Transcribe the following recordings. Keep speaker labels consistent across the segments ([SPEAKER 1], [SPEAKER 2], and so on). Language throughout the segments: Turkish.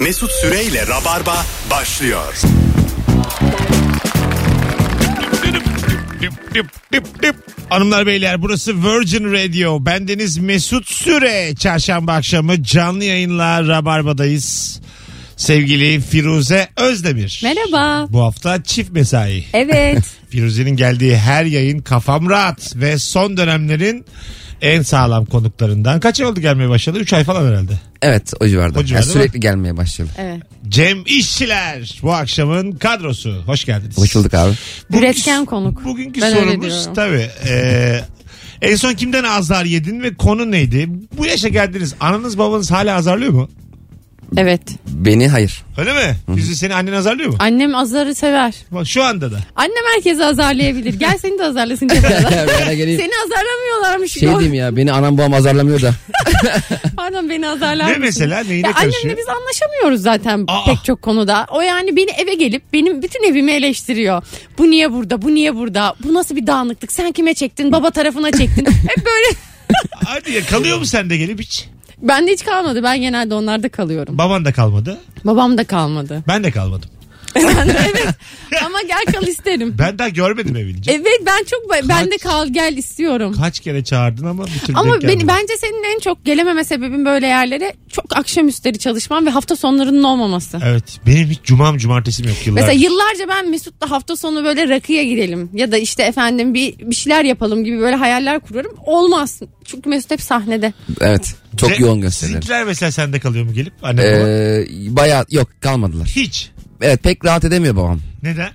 [SPEAKER 1] Mesut Süreyle Rabarba başlıyor.
[SPEAKER 2] Dip, dip, dip. Hanımlar beyler burası Virgin Radio. Bendeniz Mesut Süre. Çarşamba akşamı canlı yayınla Rabarba'dayız. Sevgili Firuze Özdemir.
[SPEAKER 3] Merhaba.
[SPEAKER 2] Bu hafta çift mesai.
[SPEAKER 3] Evet.
[SPEAKER 2] Firuze'nin geldiği her yayın kafam rahat ve son dönemlerin en sağlam konuklarından. Kaç ay oldu gelmeye başladı? 3 ay falan herhalde.
[SPEAKER 4] Evet o civarda.
[SPEAKER 2] O civarda
[SPEAKER 4] Yani sürekli gelmeye başladı.
[SPEAKER 3] evet.
[SPEAKER 2] Cem İşçiler bu akşamın kadrosu. Hoş geldiniz.
[SPEAKER 4] Hoş bulduk abi.
[SPEAKER 3] Üretken konuk.
[SPEAKER 2] Bugünkü
[SPEAKER 3] Ben öyle
[SPEAKER 2] sorumuz
[SPEAKER 3] diyorum.
[SPEAKER 2] tabii. e, en son kimden azar yedin ve konu neydi? Bu yaşa geldiniz. Ananız babanız hala azarlıyor mu?
[SPEAKER 3] Evet.
[SPEAKER 4] Beni hayır.
[SPEAKER 2] Öyle mi? Yüzü seni annen azarlıyor mu?
[SPEAKER 3] Annem azarı sever.
[SPEAKER 2] Bak şu anda da.
[SPEAKER 3] Annem herkesi azarlayabilir. Gel seni de azarlasın. Cemre'den.
[SPEAKER 4] ben geleyim.
[SPEAKER 3] seni azarlamıyorlarmış.
[SPEAKER 4] Şey diyeyim ya beni anam babam azarlamıyor da.
[SPEAKER 3] Pardon beni azarlar
[SPEAKER 2] Ne
[SPEAKER 3] mısın?
[SPEAKER 2] mesela? Neyine
[SPEAKER 3] ya
[SPEAKER 2] karışıyor?
[SPEAKER 3] annemle biz anlaşamıyoruz zaten
[SPEAKER 2] Aa.
[SPEAKER 3] pek çok konuda. O yani beni eve gelip benim bütün evimi eleştiriyor. Bu niye burada? Bu niye burada? Bu nasıl bir dağınıklık? Sen kime çektin? Baba tarafına çektin. Hep böyle.
[SPEAKER 2] Hadi ya kalıyor mu sende gelip hiç?
[SPEAKER 3] Bende hiç kalmadı. Ben genelde onlarda kalıyorum.
[SPEAKER 2] Baban da kalmadı.
[SPEAKER 3] Babam da kalmadı.
[SPEAKER 2] Ben de kalmadım.
[SPEAKER 3] Ben de evet. Ama gel kal isterim.
[SPEAKER 2] Ben daha görmedim evince.
[SPEAKER 3] Evet ben çok ben de kal gel istiyorum.
[SPEAKER 2] Kaç kere çağırdın ama bir türlü
[SPEAKER 3] Ama
[SPEAKER 2] denk gelmedi.
[SPEAKER 3] beni, bence senin en çok gelememe sebebin böyle yerlere çok akşamüstleri çalışman ve hafta sonlarının olmaması.
[SPEAKER 2] Evet. Benim hiç cumam cumartesim yok yıllardır.
[SPEAKER 3] Mesela yıllarca ben Mesut'la hafta sonu böyle rakıya gidelim ya da işte efendim bir bir şeyler yapalım gibi böyle hayaller kuruyorum. Olmaz. Çünkü Mesut hep sahnede.
[SPEAKER 4] Evet. Çok
[SPEAKER 2] Cem,
[SPEAKER 4] yoğun gösteriler.
[SPEAKER 2] Sizinkiler mesela sende kalıyor mu gelip? Anne baba?
[SPEAKER 4] Ee, bayağı yok kalmadılar.
[SPEAKER 2] Hiç.
[SPEAKER 4] Evet pek rahat edemiyor babam.
[SPEAKER 2] Neden?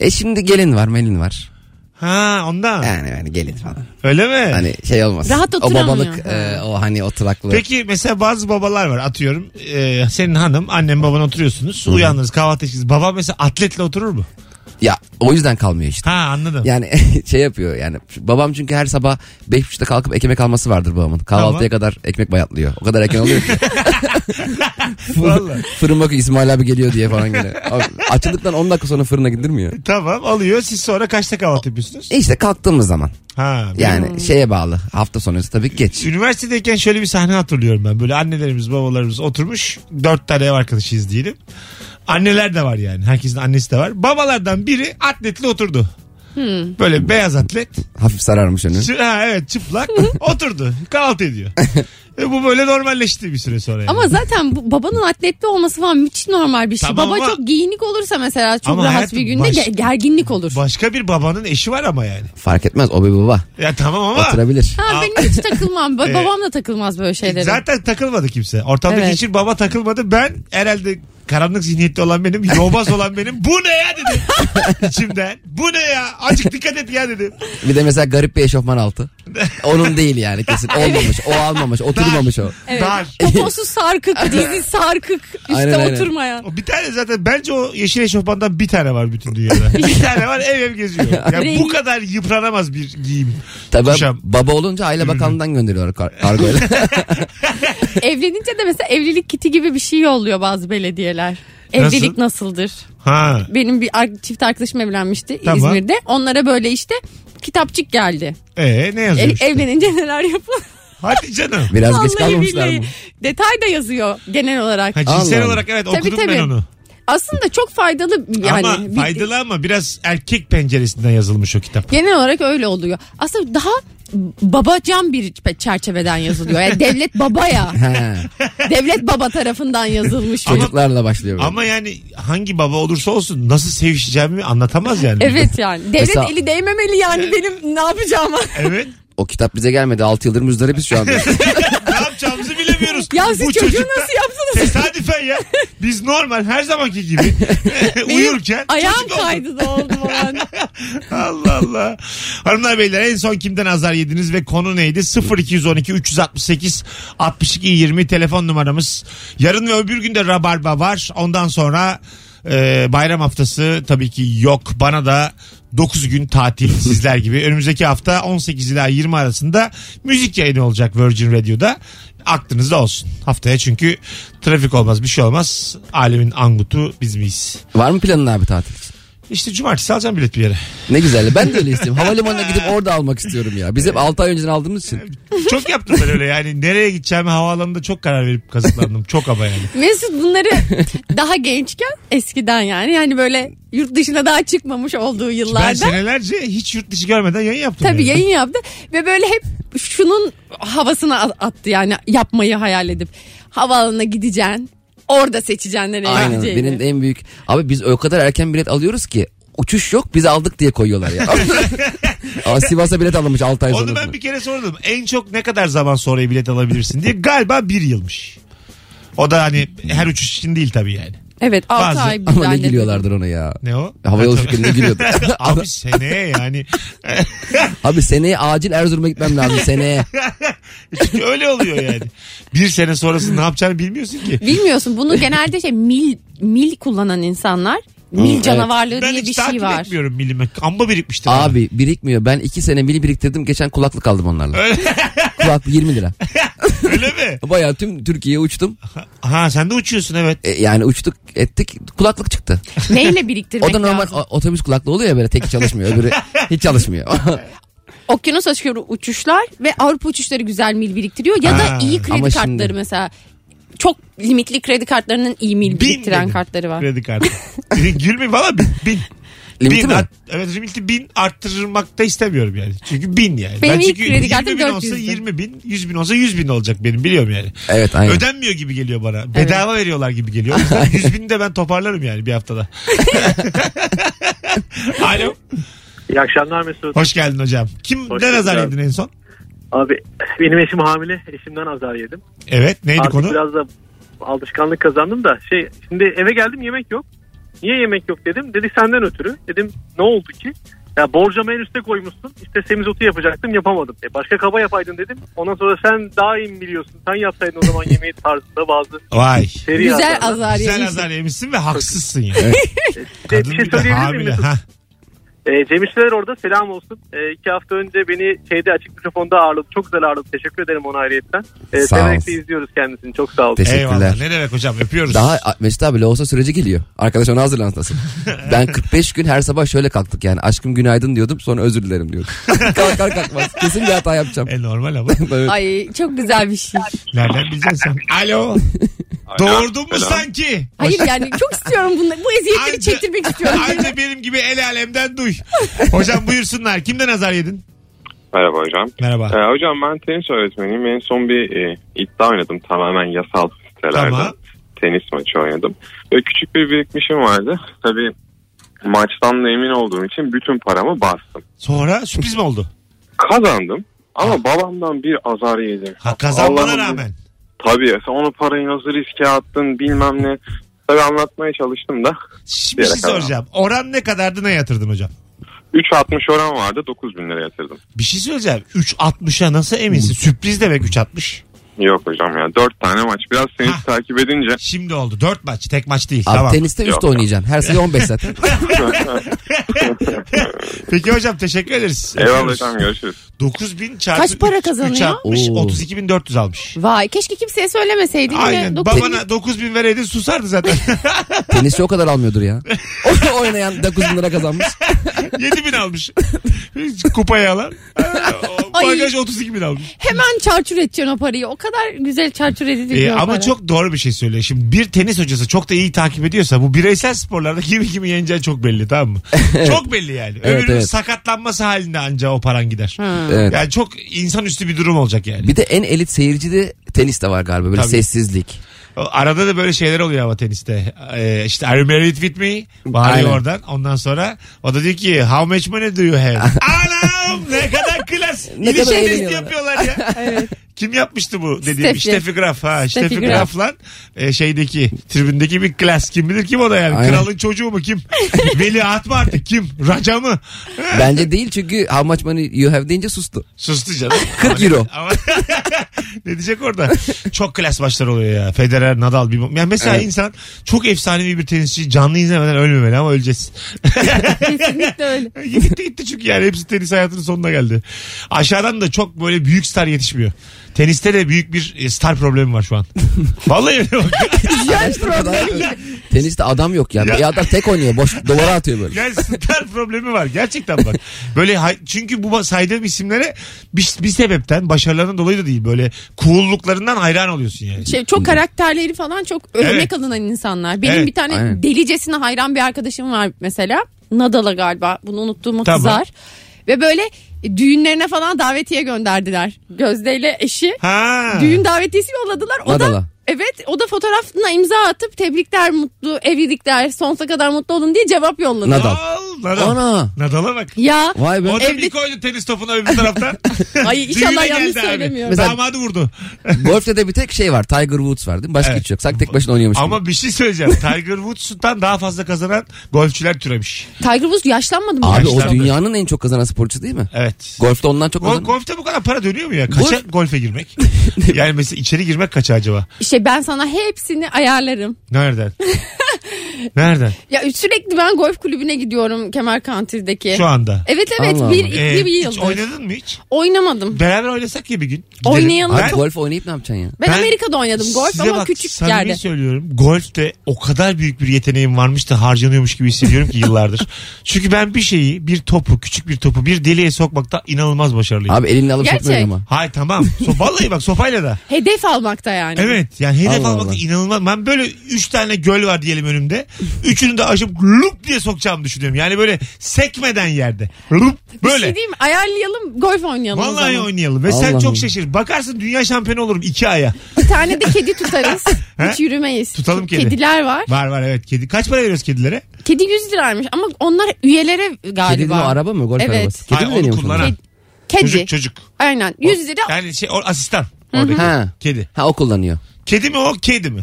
[SPEAKER 4] E şimdi gelin var melin var.
[SPEAKER 2] Ha ondan.
[SPEAKER 4] Yani yani gelin falan.
[SPEAKER 2] Öyle mi?
[SPEAKER 4] Hani şey olmaz.
[SPEAKER 3] Rahat
[SPEAKER 4] o
[SPEAKER 3] oturamıyor.
[SPEAKER 4] babalık e, o hani oturaklı.
[SPEAKER 2] Peki mesela bazı babalar var atıyorum e, senin hanım annen baban oturuyorsunuz uyandınız kahvaltı içtiniz baba mesela atletle oturur mu?
[SPEAKER 4] Ya o yüzden kalmıyor işte.
[SPEAKER 2] Ha anladım.
[SPEAKER 4] Yani şey yapıyor yani babam çünkü her sabah 5.30'da kalkıp ekmek alması vardır babamın. Kahvaltıya kadar ekmek bayatlıyor. O kadar erken oluyor ki.
[SPEAKER 2] Vallahi.
[SPEAKER 4] Fırın bakıyor İsmail abi geliyor diye falan gene. Abi, Açıldıktan 10 dakika sonra fırına gidilmiyor.
[SPEAKER 2] Tamam alıyor siz sonra kaçta kahvaltı yapıyorsunuz?
[SPEAKER 4] İşte kalktığımız zaman
[SPEAKER 2] Ha, bir-
[SPEAKER 4] yani şeye bağlı hafta sonu tabii ki geç.
[SPEAKER 2] Üniversitedeyken şöyle bir sahne hatırlıyorum ben. Böyle annelerimiz babalarımız oturmuş. Dört tane ev arkadaşıyız diyelim. Anneler de var yani. Herkesin annesi de var. Babalardan biri atletle oturdu. Böyle beyaz atlet.
[SPEAKER 4] Hafif sararmış önü.
[SPEAKER 2] Çı- Ha, evet çıplak oturdu. Kahvaltı ediyor. E, bu böyle normalleşti bir süre sonra. yani.
[SPEAKER 3] Ama zaten bu, babanın atletli olması falan müthiş normal bir şey.
[SPEAKER 2] Tamam
[SPEAKER 3] Baba
[SPEAKER 2] ama-
[SPEAKER 3] çok giyinik olursa mesela çok
[SPEAKER 2] Ama
[SPEAKER 3] rahat
[SPEAKER 2] hayatım
[SPEAKER 3] bir günde
[SPEAKER 2] baş-
[SPEAKER 3] ge- gerginlik olur.
[SPEAKER 2] Başka bir babanın eşi var ama yani.
[SPEAKER 4] Fark etmez o bir baba.
[SPEAKER 2] Ya tamam ama
[SPEAKER 4] Oturabilir.
[SPEAKER 3] Ha, ben hiç takılmam. Ba-
[SPEAKER 2] Ee,
[SPEAKER 3] Babam da takılmaz böyle şeylere.
[SPEAKER 2] zaten takılmadı kimse. Ortamdaki
[SPEAKER 3] Evet.
[SPEAKER 2] için baba takılmadı. Ben herhalde karanlık zihniyetli olan benim, yobaz olan benim. Bu ne ya dedim içimden. Bu ne ya? Azıcık dikkat et ya dedim.
[SPEAKER 4] Bir de mesela garip bir eşofman altı. Onun değil yani kesin. Olmamış. O almamış. Oturmamış o.
[SPEAKER 3] Evet.
[SPEAKER 2] Dar.
[SPEAKER 3] Poposu sarkık, dizi sarkık, üstte
[SPEAKER 4] Aynen, aynen.
[SPEAKER 3] oturmayan.
[SPEAKER 2] O bir tane zaten bence o yeşil eşofmandan bir tane var bütün dünyada. bir tane var ev ev geziyor. Yani bu
[SPEAKER 3] Rengi-
[SPEAKER 2] kadar yıpranamaz bir giyim.
[SPEAKER 4] Tabii
[SPEAKER 2] Kuşam. Hmm.
[SPEAKER 4] baba olunca aile bakanlığından gönderiyorlar kar- kargoyla.
[SPEAKER 3] Evlenince de mesela evlilik kiti gibi bir şey yolluyor bazı belediyeler.
[SPEAKER 2] Nasıl?
[SPEAKER 3] Evlilik nasıldır?
[SPEAKER 2] Ha.
[SPEAKER 3] Benim bir ar- çift arkadaşım evlenmişti
[SPEAKER 2] Tamam.
[SPEAKER 3] İzmir'de. Onlara böyle işte kitapçık geldi.
[SPEAKER 2] Ee ne
[SPEAKER 3] E,
[SPEAKER 2] yazıyor? işte?
[SPEAKER 3] evlenince neler yapılır?
[SPEAKER 2] Hadi canım.
[SPEAKER 4] Biraz geç
[SPEAKER 3] Vallahi
[SPEAKER 4] kalmamışlar
[SPEAKER 3] billahi.
[SPEAKER 4] mı?
[SPEAKER 3] Detay da yazıyor genel olarak.
[SPEAKER 2] Ha, cinsel
[SPEAKER 4] Allah.
[SPEAKER 2] olarak evet
[SPEAKER 3] Tabii,
[SPEAKER 2] okudum ben
[SPEAKER 3] tabii.
[SPEAKER 2] onu.
[SPEAKER 3] Aslında çok faydalı yani.
[SPEAKER 2] ama
[SPEAKER 3] bir-
[SPEAKER 2] faydalı ama biraz erkek penceresinden yazılmış o kitap.
[SPEAKER 3] Genel olarak öyle oluyor. Aslında daha babacan bir çerçeveden yazılıyor. Yani devlet baba ya.
[SPEAKER 4] He.
[SPEAKER 3] devlet baba tarafından yazılmış. bu.
[SPEAKER 4] Çocuklarla başlıyor. böyle.
[SPEAKER 2] Ama yani hangi baba olursa olsun nasıl sevişeceğimi anlatamaz yani.
[SPEAKER 3] Evet yani. Devlet
[SPEAKER 4] Mesela-
[SPEAKER 3] eli değmemeli yani benim ne yapacağıma.
[SPEAKER 2] Evet.
[SPEAKER 4] O kitap bize gelmedi. 6 yıldır müzdaribiz şu anda.
[SPEAKER 2] Ne yapacağımızı bilemiyoruz.
[SPEAKER 3] Ya siz
[SPEAKER 2] Bu
[SPEAKER 3] çocuğu
[SPEAKER 2] çocukta-
[SPEAKER 3] nasıl yaptınız?
[SPEAKER 2] Tesadüfen ya. Biz normal her zamanki gibi e, uyurken
[SPEAKER 3] Ayağım
[SPEAKER 2] çocuk olduk.
[SPEAKER 3] kaydı da oldu falan.
[SPEAKER 2] Allah Allah. Hanımlar beyler en son kimden azar yediniz ve konu neydi? 0212 368 62 20 telefon numaramız. Yarın ve öbür gün de Rabarba var. Ondan sonra e, bayram haftası tabii ki yok. Bana da 9 gün tatil sizler gibi. Önümüzdeki hafta 18 ila 20 arasında müzik yayını olacak Virgin Radio'da. Aklınızda olsun. Haftaya çünkü trafik olmaz bir şey olmaz. Alemin angutu biz miyiz?
[SPEAKER 4] Var mı planın abi tatil için?
[SPEAKER 2] İşte cumartesi alacağım bilet bir yere.
[SPEAKER 4] Ne güzel. Ben de öyle istiyorum. Havalimanına gidip orada almak istiyorum ya. Biz hep 6 ay önceden aldığımız için.
[SPEAKER 2] Çok yaptım ben öyle yani. Nereye gideceğimi havaalanında çok karar verip kazıklandım. Çok ama yani.
[SPEAKER 3] Mesut bunları daha gençken eskiden yani yani böyle yurt dışına daha çıkmamış olduğu
[SPEAKER 2] Ben
[SPEAKER 3] yıllarda
[SPEAKER 2] senelerce hiç yurt dışı görmeden yayın yaptım.
[SPEAKER 3] tabii
[SPEAKER 2] yani.
[SPEAKER 3] yayın yaptı ve böyle hep şunun havasını a- attı yani yapmayı hayal edip havaalanına gideceksin orada seçeceksin nereye
[SPEAKER 4] Aynen.
[SPEAKER 3] gideceğini.
[SPEAKER 4] Benim en büyük. Abi biz o kadar erken bilet alıyoruz ki uçuş yok biz aldık diye koyuyorlar ya. Ama Sivas'a bilet alınmış 6 ay sonra.
[SPEAKER 2] Onu ben bir kere sordum. En çok ne kadar zaman sonra bilet alabilirsin diye. Galiba bir yılmış. O da hani her uçuş için değil tabii yani.
[SPEAKER 3] Evet 6
[SPEAKER 2] Bazı-
[SPEAKER 3] ay biz
[SPEAKER 4] Ama ne
[SPEAKER 3] zannediyoruz.
[SPEAKER 4] gülüyorlardır ona ya.
[SPEAKER 2] Ne o?
[SPEAKER 4] Hava yolu şirketi ne gülüyordu.
[SPEAKER 2] Abi seneye yani.
[SPEAKER 4] Abi seneye acil Erzurum'a gitmem lazım seneye.
[SPEAKER 2] Çünkü öyle oluyor yani. Bir sene sonrası ne yapacağını bilmiyorsun ki.
[SPEAKER 3] Bilmiyorsun bunu genelde şey mil mil kullanan insanlar mil
[SPEAKER 4] evet.
[SPEAKER 3] canavarlığı
[SPEAKER 2] Ben
[SPEAKER 3] diye
[SPEAKER 2] hiç
[SPEAKER 3] bir
[SPEAKER 2] takip
[SPEAKER 3] şey var.
[SPEAKER 2] etmiyorum milimi. Amba birikmişti. bana.
[SPEAKER 4] Abi birikmiyor. Ben 2 sene mili biriktirdim. Geçen kulaklık aldım onlarla. Kulaklık 20 lira.
[SPEAKER 2] Öyle mi?
[SPEAKER 4] Bayağı tüm Türkiye'ye uçtum.
[SPEAKER 2] Ha sen de uçuyorsun evet.
[SPEAKER 4] E, yani uçtuk ettik kulaklık çıktı.
[SPEAKER 3] Neyle biriktirmek
[SPEAKER 4] O da normal
[SPEAKER 3] lazım?
[SPEAKER 4] o- otobüs kulaklığı oluyor ya böyle teki çalışmıyor. Öbürü hiç çalışmıyor.
[SPEAKER 3] Okyanus aşırı uçuşlar ve Avrupa uçuşları güzel mil biriktiriyor ya da
[SPEAKER 2] Ha,
[SPEAKER 3] iyi
[SPEAKER 4] ama
[SPEAKER 3] kredi
[SPEAKER 4] şimdi-
[SPEAKER 3] kartları mesela. Çok limitli kredi kartlarının iyi mil biriktiren
[SPEAKER 2] dedim.
[SPEAKER 3] kartları var.
[SPEAKER 2] Kredi kartı. Gülmeyin valla bin. bin.
[SPEAKER 4] Limiti
[SPEAKER 2] bin
[SPEAKER 4] mi?
[SPEAKER 2] art- evet limiti bin arttırmak da istemiyorum yani. Çünkü bin yani.
[SPEAKER 3] Benim ilk
[SPEAKER 2] çünkü
[SPEAKER 3] kredi kartım
[SPEAKER 2] 20 bin olsa
[SPEAKER 3] 400'dü.
[SPEAKER 2] 20 bin, 100 bin olsa 100 bin olacak benim biliyorum yani.
[SPEAKER 4] Evet aynen.
[SPEAKER 2] Ödenmiyor gibi geliyor bana. Bedava veriyorlar gibi geliyor. O yüzden 100 bini de ben toparlarım yani bir haftada. Alo.
[SPEAKER 5] İyi akşamlar Mesut.
[SPEAKER 2] Hoş geldin hocam. Kim
[SPEAKER 5] Hoş
[SPEAKER 2] ne
[SPEAKER 5] bulduk
[SPEAKER 2] nazar
[SPEAKER 5] abi.
[SPEAKER 2] yedin en son?
[SPEAKER 5] Abi benim eşim hamile. Eşimden azar yedim.
[SPEAKER 2] Evet neydi
[SPEAKER 5] Artık
[SPEAKER 2] konu?
[SPEAKER 5] biraz da alışkanlık kazandım da şey şimdi eve geldim yemek yok. Niye yemek yok dedim. Dedi senden ötürü. Dedim ne oldu ki? Ya borcamı en üste koymuşsun. İşte semizotu yapacaktım yapamadım. E başka kaba yapaydın dedim. Ondan sonra sen daha iyi mi biliyorsun. Sen yapsaydın o zaman yemeği tarzında bazı
[SPEAKER 2] Vay.
[SPEAKER 5] seri
[SPEAKER 3] Güzel
[SPEAKER 5] yazarlar.
[SPEAKER 3] azar
[SPEAKER 2] Güzel
[SPEAKER 3] yemişsin.
[SPEAKER 2] nazar yemişsin ve haksızsın yani.
[SPEAKER 5] Bir de bir şey söyleyebilir miyim? Mesut?
[SPEAKER 2] Ha.
[SPEAKER 5] E, Cem İşçiler orada selam olsun. E, iki hafta önce beni şeyde açık mikrofonda ağırladı. Çok güzel ağırladı. Teşekkür ederim ona ayrıyetten. E,
[SPEAKER 4] Sağ
[SPEAKER 5] severek de
[SPEAKER 4] olsun.
[SPEAKER 5] izliyoruz kendisini. Çok sağ olun.
[SPEAKER 4] Teşekkürler.
[SPEAKER 2] Eyvallah. Ne demek hocam öpüyoruz.
[SPEAKER 4] Daha Mesut abi Loğusa süreci geliyor. Arkadaş ona hazırlansın. Ben 45 gün her sabah şöyle kalktık yani. Aşkım günaydın diyordum sonra özür dilerim diyordum. Kalkar kalkmaz. Kesin bir hata yapacağım.
[SPEAKER 2] E normal ama.
[SPEAKER 4] Böyle-
[SPEAKER 3] Ay çok güzel bir şey.
[SPEAKER 2] Nereden bileceksin sen? Alo. Doğurdun mu sanki?
[SPEAKER 3] Hayır yani çok istiyorum bunları. Bu eziyetleri
[SPEAKER 2] Anca-
[SPEAKER 3] çektirmek istiyorum.
[SPEAKER 2] Anca benim gibi el alemden duy. Hocam buyursunlar. Kimde nazar yedin?
[SPEAKER 6] Merhaba hocam.
[SPEAKER 2] Merhaba.
[SPEAKER 6] Ee, hocam ben tenis öğretmeniyim. En son bir e, iddia oynadım tamamen yasal sitelerde.
[SPEAKER 2] Tamam.
[SPEAKER 6] Tenis maçı oynadım. Ve küçük bir birikmişim vardı. Tabii maçtan da emin olduğum için bütün paramı bastım.
[SPEAKER 2] Sonra sürpriz mi oldu?
[SPEAKER 6] Kazandım ama babamdan bir azar yedim.
[SPEAKER 2] Ha, kazanmana
[SPEAKER 6] Allah'ım.
[SPEAKER 2] rağmen.
[SPEAKER 6] Tabii sen onu parayı nasıl riske attın bilmem ne. Tabii anlatmaya çalıştım da.
[SPEAKER 2] Şimdi bir şey
[SPEAKER 6] Diyerek
[SPEAKER 2] soracağım. Oran ne kadardı ne yatırdın hocam?
[SPEAKER 6] 3.60 oran vardı 9 bin lira yatırdım.
[SPEAKER 2] Bir şey söyleyeceğim. 3.60'a nasıl eminsin? Sürpriz demek 3.60.
[SPEAKER 6] Yok hocam ya 4 tane maç. Biraz seni
[SPEAKER 2] Hah.
[SPEAKER 6] takip edince
[SPEAKER 2] Şimdi oldu. 4 maç. Tek maç değil.
[SPEAKER 4] Abi
[SPEAKER 2] tamam.
[SPEAKER 4] teniste
[SPEAKER 6] Yok,
[SPEAKER 4] üst
[SPEAKER 6] yok.
[SPEAKER 4] oynayacaksın. Her sene 15 zaten.
[SPEAKER 2] Peki hocam teşekkür ederiz.
[SPEAKER 6] eyvallah hocam görüşürüz.
[SPEAKER 2] 9000 çarpı
[SPEAKER 3] Kaç para
[SPEAKER 2] üç- üç
[SPEAKER 3] kazanıyor?
[SPEAKER 2] altmış,
[SPEAKER 4] Oo.
[SPEAKER 2] 32.400 almış.
[SPEAKER 3] Vay keşke kimseye Hani söylemeseydin. yine
[SPEAKER 2] Aynen.
[SPEAKER 3] dokuz-
[SPEAKER 2] Babana 9000 vereydin susardı zaten.
[SPEAKER 4] Tenisçi o kadar almıyordur ya. O oynayan 9 bin lira kazanmış.
[SPEAKER 2] 7000 almış. Kupayı alan.
[SPEAKER 3] Ay.
[SPEAKER 2] Bagaj 32 bin almış.
[SPEAKER 3] Hemen çarçur edeceksin o parayı. O kadar güzel çarçur edildi.
[SPEAKER 2] Ee, ama çok doğru bir şey söylüyor. Şimdi bir tenis hocası çok da iyi takip ediyorsa bu bireysel sporlarda kimi kimi yeneceği çok belli tamam mı? Çok belli yani.
[SPEAKER 4] Evet,
[SPEAKER 2] Öbürünün
[SPEAKER 4] evet.
[SPEAKER 2] sakatlanması halinde anca o paran gider.
[SPEAKER 4] Evet.
[SPEAKER 2] Yani çok insanüstü bir durum olacak yani.
[SPEAKER 4] Bir de en elit seyirci de tenis de var galiba. Böyle
[SPEAKER 2] Tabii.
[SPEAKER 4] sessizlik.
[SPEAKER 2] O Arada da böyle şeyler oluyor ama teniste. Ee, işte are you married with me? Bağırıyor
[SPEAKER 4] Aynen.
[SPEAKER 2] oradan. Ondan sonra o da diyor ki how much money do you have? Anam ne kadar klas.
[SPEAKER 4] Ne
[SPEAKER 2] ne
[SPEAKER 4] kadar
[SPEAKER 2] kadar
[SPEAKER 4] eğleniyorlar.
[SPEAKER 2] yapıyorlar ya. Kim yapmıştı bu dediğim?
[SPEAKER 3] Steffi.
[SPEAKER 2] Steffi Graf. Ha, Steffi,
[SPEAKER 3] Steffi
[SPEAKER 2] Graf.
[SPEAKER 3] Graf.
[SPEAKER 2] lan e, şeydeki tribündeki bir klas. Kim bilir kim o da yani.
[SPEAKER 4] Aynen.
[SPEAKER 2] Kralın çocuğu mu kim? Veliaht mı artık kim? Raca mı?
[SPEAKER 4] Bence değil çünkü how much money you have deyince sustu.
[SPEAKER 2] Sustu canım.
[SPEAKER 4] 40 euro.
[SPEAKER 2] Ama ne diyecek orada? Çok klas maçlar oluyor ya. Federer, Nadal bir yani mesela
[SPEAKER 4] Evet.
[SPEAKER 2] insan çok efsanevi bir tenisçi canlı izlemeden ölmemeli ama öleceğiz.
[SPEAKER 3] Kesinlikle öyle.
[SPEAKER 2] gitti gitti çünkü yani hepsi tenis hayatının sonuna geldi. Aşağıdan da çok böyle büyük star yetişmiyor. Teniste de büyük bir e, star problemi var şu an. Vallahi öyle bak.
[SPEAKER 4] Arkadaş da kadar- Teniste adam yok ya.
[SPEAKER 2] Ya.
[SPEAKER 4] Ya. adam tek oynuyor. Boş duvara atıyor böyle.
[SPEAKER 2] Yani star problemi var gerçekten bak. Böyle hay- çünkü bu saydığım isimlere bir, bir sebepten başarılarının dolayı da değil böyle cool'luklarından hayran oluyorsun yani.
[SPEAKER 3] Şey, çok karakterleri falan çok
[SPEAKER 2] Evet.
[SPEAKER 3] örnek alınan insanlar. Benim
[SPEAKER 2] Evet.
[SPEAKER 3] bir tane
[SPEAKER 4] Aynen.
[SPEAKER 3] delicesine hayran bir arkadaşım var mesela. Nadal'a galiba bunu unuttuğumu
[SPEAKER 2] Tamam.
[SPEAKER 3] kızar. Ve böyle düğünlerine falan davetiye gönderdiler. Gözde ile eşi.
[SPEAKER 2] Ha.
[SPEAKER 3] Düğün davetiyesi yolladılar. O
[SPEAKER 4] Nadal'a.
[SPEAKER 3] da Evet o da fotoğrafına imza atıp tebrikler mutlu evlilikler sonsuza kadar mutlu olun diye cevap yolladı.
[SPEAKER 4] Nadal.
[SPEAKER 2] Al, Nadal.
[SPEAKER 4] Ana.
[SPEAKER 2] Nadal'a bak.
[SPEAKER 3] Ya
[SPEAKER 4] Vay be.
[SPEAKER 2] O da bir
[SPEAKER 3] Evde-
[SPEAKER 2] koydu tenis topunu öbür taraftan.
[SPEAKER 3] Ay, inşallah
[SPEAKER 2] Düğüne
[SPEAKER 3] yanlış
[SPEAKER 2] geldi abi.
[SPEAKER 3] söylemiyorum.
[SPEAKER 4] Mesela-
[SPEAKER 2] Damadı vurdu.
[SPEAKER 4] Golf'te de bir tek şey var. Tiger Woods var değil mi? Başka
[SPEAKER 2] Evet.
[SPEAKER 4] hiç yok. Sanki tek başına oynuyormuş. gibi.
[SPEAKER 2] Ama bir şey söyleyeceğim. Tiger Woods'tan daha fazla kazanan golfçüler türemiş.
[SPEAKER 3] Tiger Woods yaşlanmadı mı?
[SPEAKER 4] Abi
[SPEAKER 2] Yaşlandı.
[SPEAKER 4] o dünyanın en çok kazanan sporcu değil mi?
[SPEAKER 2] Evet.
[SPEAKER 4] Golf'te ondan çok
[SPEAKER 2] Gol,
[SPEAKER 4] kazanan.
[SPEAKER 2] golfte bu kadar para dönüyor mu ya? Kaça golfe girmek? yani mesela içeri girmek kaça acaba?
[SPEAKER 3] İşte ben sana hepsini ayarlarım.
[SPEAKER 2] Nereden? Nereden?
[SPEAKER 3] Ya sürekli ben golf kulübüne gidiyorum Kemer Kantir'deki.
[SPEAKER 2] Şu anda.
[SPEAKER 3] Evet evet
[SPEAKER 4] Allah
[SPEAKER 3] bir,
[SPEAKER 4] Allah.
[SPEAKER 2] Ee,
[SPEAKER 3] E, bir, bir
[SPEAKER 2] hiç
[SPEAKER 3] yıldır.
[SPEAKER 2] oynadın mı hiç?
[SPEAKER 3] Oynamadım.
[SPEAKER 2] Beraber oynasak ya bir gün.
[SPEAKER 3] Oynayalım.
[SPEAKER 4] Abi
[SPEAKER 2] Ben-
[SPEAKER 4] golf oynayıp ne yapacaksın ya?
[SPEAKER 3] Ben,
[SPEAKER 2] Ben-
[SPEAKER 3] Amerika'da oynadım golf
[SPEAKER 2] Size
[SPEAKER 3] ama
[SPEAKER 2] bak,
[SPEAKER 3] küçük
[SPEAKER 2] samimi
[SPEAKER 3] yerde.
[SPEAKER 2] söylüyorum. Golf'te o kadar büyük bir yeteneğim varmış da harcanıyormuş gibi hissediyorum ki yıllardır. Çünkü ben bir şeyi, bir topu, küçük bir topu bir deliğe sokmakta inanılmaz başarılıyım.
[SPEAKER 4] Abi elini alıp
[SPEAKER 3] Gerçek.
[SPEAKER 4] sokmuyor ama.
[SPEAKER 2] Hayır tamam. So, vallahi bak sopayla da.
[SPEAKER 3] Hedef almakta yani.
[SPEAKER 2] Evet yani hedef
[SPEAKER 4] Allah
[SPEAKER 2] almakta
[SPEAKER 4] Allah.
[SPEAKER 2] inanılmaz. Ben böyle 3 tane göl var diyelim önümde. Üçünü de aşıp lup diye sokacağımı düşünüyorum. Yani böyle sekmeden yerde. Lup
[SPEAKER 3] Bir şey
[SPEAKER 2] böyle.
[SPEAKER 3] diyeyim mi? ayarlayalım golf oynayalım o
[SPEAKER 2] Vallahi
[SPEAKER 3] zaman.
[SPEAKER 2] oynayalım ve sen
[SPEAKER 4] Allah'ım.
[SPEAKER 2] çok şaşır. Bakarsın dünya şampiyonu olurum iki aya.
[SPEAKER 3] Bir tane de kedi tutarız.
[SPEAKER 2] He?
[SPEAKER 3] Hiç yürümeyiz.
[SPEAKER 2] Tutalım kedi.
[SPEAKER 3] Kediler var.
[SPEAKER 2] Var var evet kedi. Kaç para veriyoruz kedilere?
[SPEAKER 3] Kedi 100 liraymış ama onlar üyelere galiba.
[SPEAKER 4] Kedi mi o araba mı? Golf
[SPEAKER 3] Evet.
[SPEAKER 4] arabası. Kedi
[SPEAKER 2] Hayır,
[SPEAKER 4] mi
[SPEAKER 2] onu
[SPEAKER 4] deniyormuş ona?
[SPEAKER 2] kullanan.
[SPEAKER 3] Kedi.
[SPEAKER 2] Çocuk çocuk.
[SPEAKER 3] Aynen 100 lira
[SPEAKER 2] Yani şey o, asistan. Oradaki.
[SPEAKER 4] Ha.
[SPEAKER 2] Kedi.
[SPEAKER 4] Ha o kullanıyor.
[SPEAKER 2] Kedi mi o kedi mi?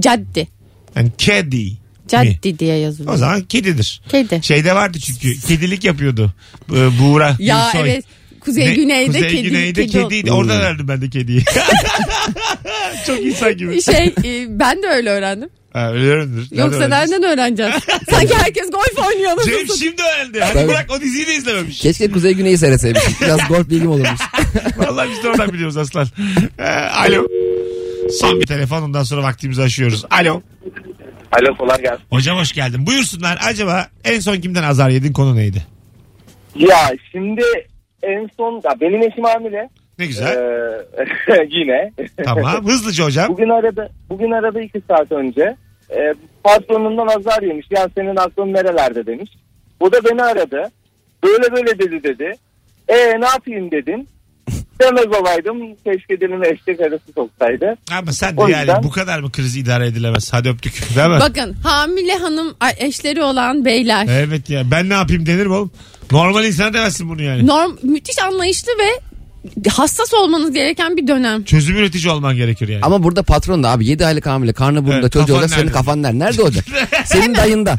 [SPEAKER 3] caddi.
[SPEAKER 2] Yani kedi. mi?
[SPEAKER 3] Caddi diye
[SPEAKER 2] O
[SPEAKER 3] yazılıyor.
[SPEAKER 2] zaman kedidir.
[SPEAKER 3] Kedi.
[SPEAKER 2] Şeyde vardı çünkü kedilik yapıyordu. Ee, Buğra.
[SPEAKER 3] Ya
[SPEAKER 2] Gülsoy.
[SPEAKER 3] evet. Kuzey
[SPEAKER 2] Ne-
[SPEAKER 3] güneyde
[SPEAKER 2] Kuzey
[SPEAKER 3] kedi.
[SPEAKER 2] güneyde
[SPEAKER 3] kedi, ol-
[SPEAKER 2] kediydi. Orada verdim ben de kediyi. Çok insan gibi.
[SPEAKER 3] Şey e, ben de öyle öğrendim.
[SPEAKER 2] Ha, öyle öğrenir.
[SPEAKER 3] Yoksa nereden öğreneceğiz? Sanki herkes golf oynuyor.
[SPEAKER 2] Cem
[SPEAKER 3] anasını
[SPEAKER 2] şimdi öğrendi. Hadi
[SPEAKER 4] Tabii.
[SPEAKER 2] bırak o diziyi de izlememiş.
[SPEAKER 4] Keşke Kuzey Güney'i seyretseymişim. Biraz golf bilgim olurmuş.
[SPEAKER 2] Vallahi biz de oradan biliyoruz aslan. Ee, alo. Son bir telefon ondan sonra vaktimizi aşıyoruz. Alo.
[SPEAKER 5] Alo kolay gelsin.
[SPEAKER 2] Hocam hoş geldin. Buyursunlar acaba en son kimden azar yedin konu neydi?
[SPEAKER 5] Ya şimdi en son ya benim eşim hamile.
[SPEAKER 2] Ne güzel.
[SPEAKER 5] Ee, yine.
[SPEAKER 2] tamam. Hızlıca hocam.
[SPEAKER 5] Bugün arada bugün arada iki saat önce e, patronundan azar yemiş. Ya senin aklın nerelerde demiş. O da beni aradı. Böyle böyle dedi dedi. E ne yapayım dedim. Demez olaydım. Keşke dilimi eşek arası soksaydı.
[SPEAKER 2] Ama sen de
[SPEAKER 5] O
[SPEAKER 2] yani
[SPEAKER 5] yüzden-
[SPEAKER 2] bu kadar mı kriz idare edilemez? Hadi öptük. Değil mi?
[SPEAKER 3] Bakın hamile hanım ay, eşleri olan beyler.
[SPEAKER 2] Evet ya. Ben ne yapayım denir mi oğlum? Normal insana demezsin bunu yani.
[SPEAKER 3] Norm, müthiş anlayışlı ve hassas olmanız gereken bir dönem.
[SPEAKER 2] Çözüm üretici olman gerekir yani.
[SPEAKER 4] Ama burada patron da abi 7 aylık hamile karnı burnunda
[SPEAKER 2] Evet,
[SPEAKER 4] çocuğu
[SPEAKER 2] kafan
[SPEAKER 4] olacak senin
[SPEAKER 2] nerede?
[SPEAKER 4] kafan nerede? Nerede olacak? senin dayında.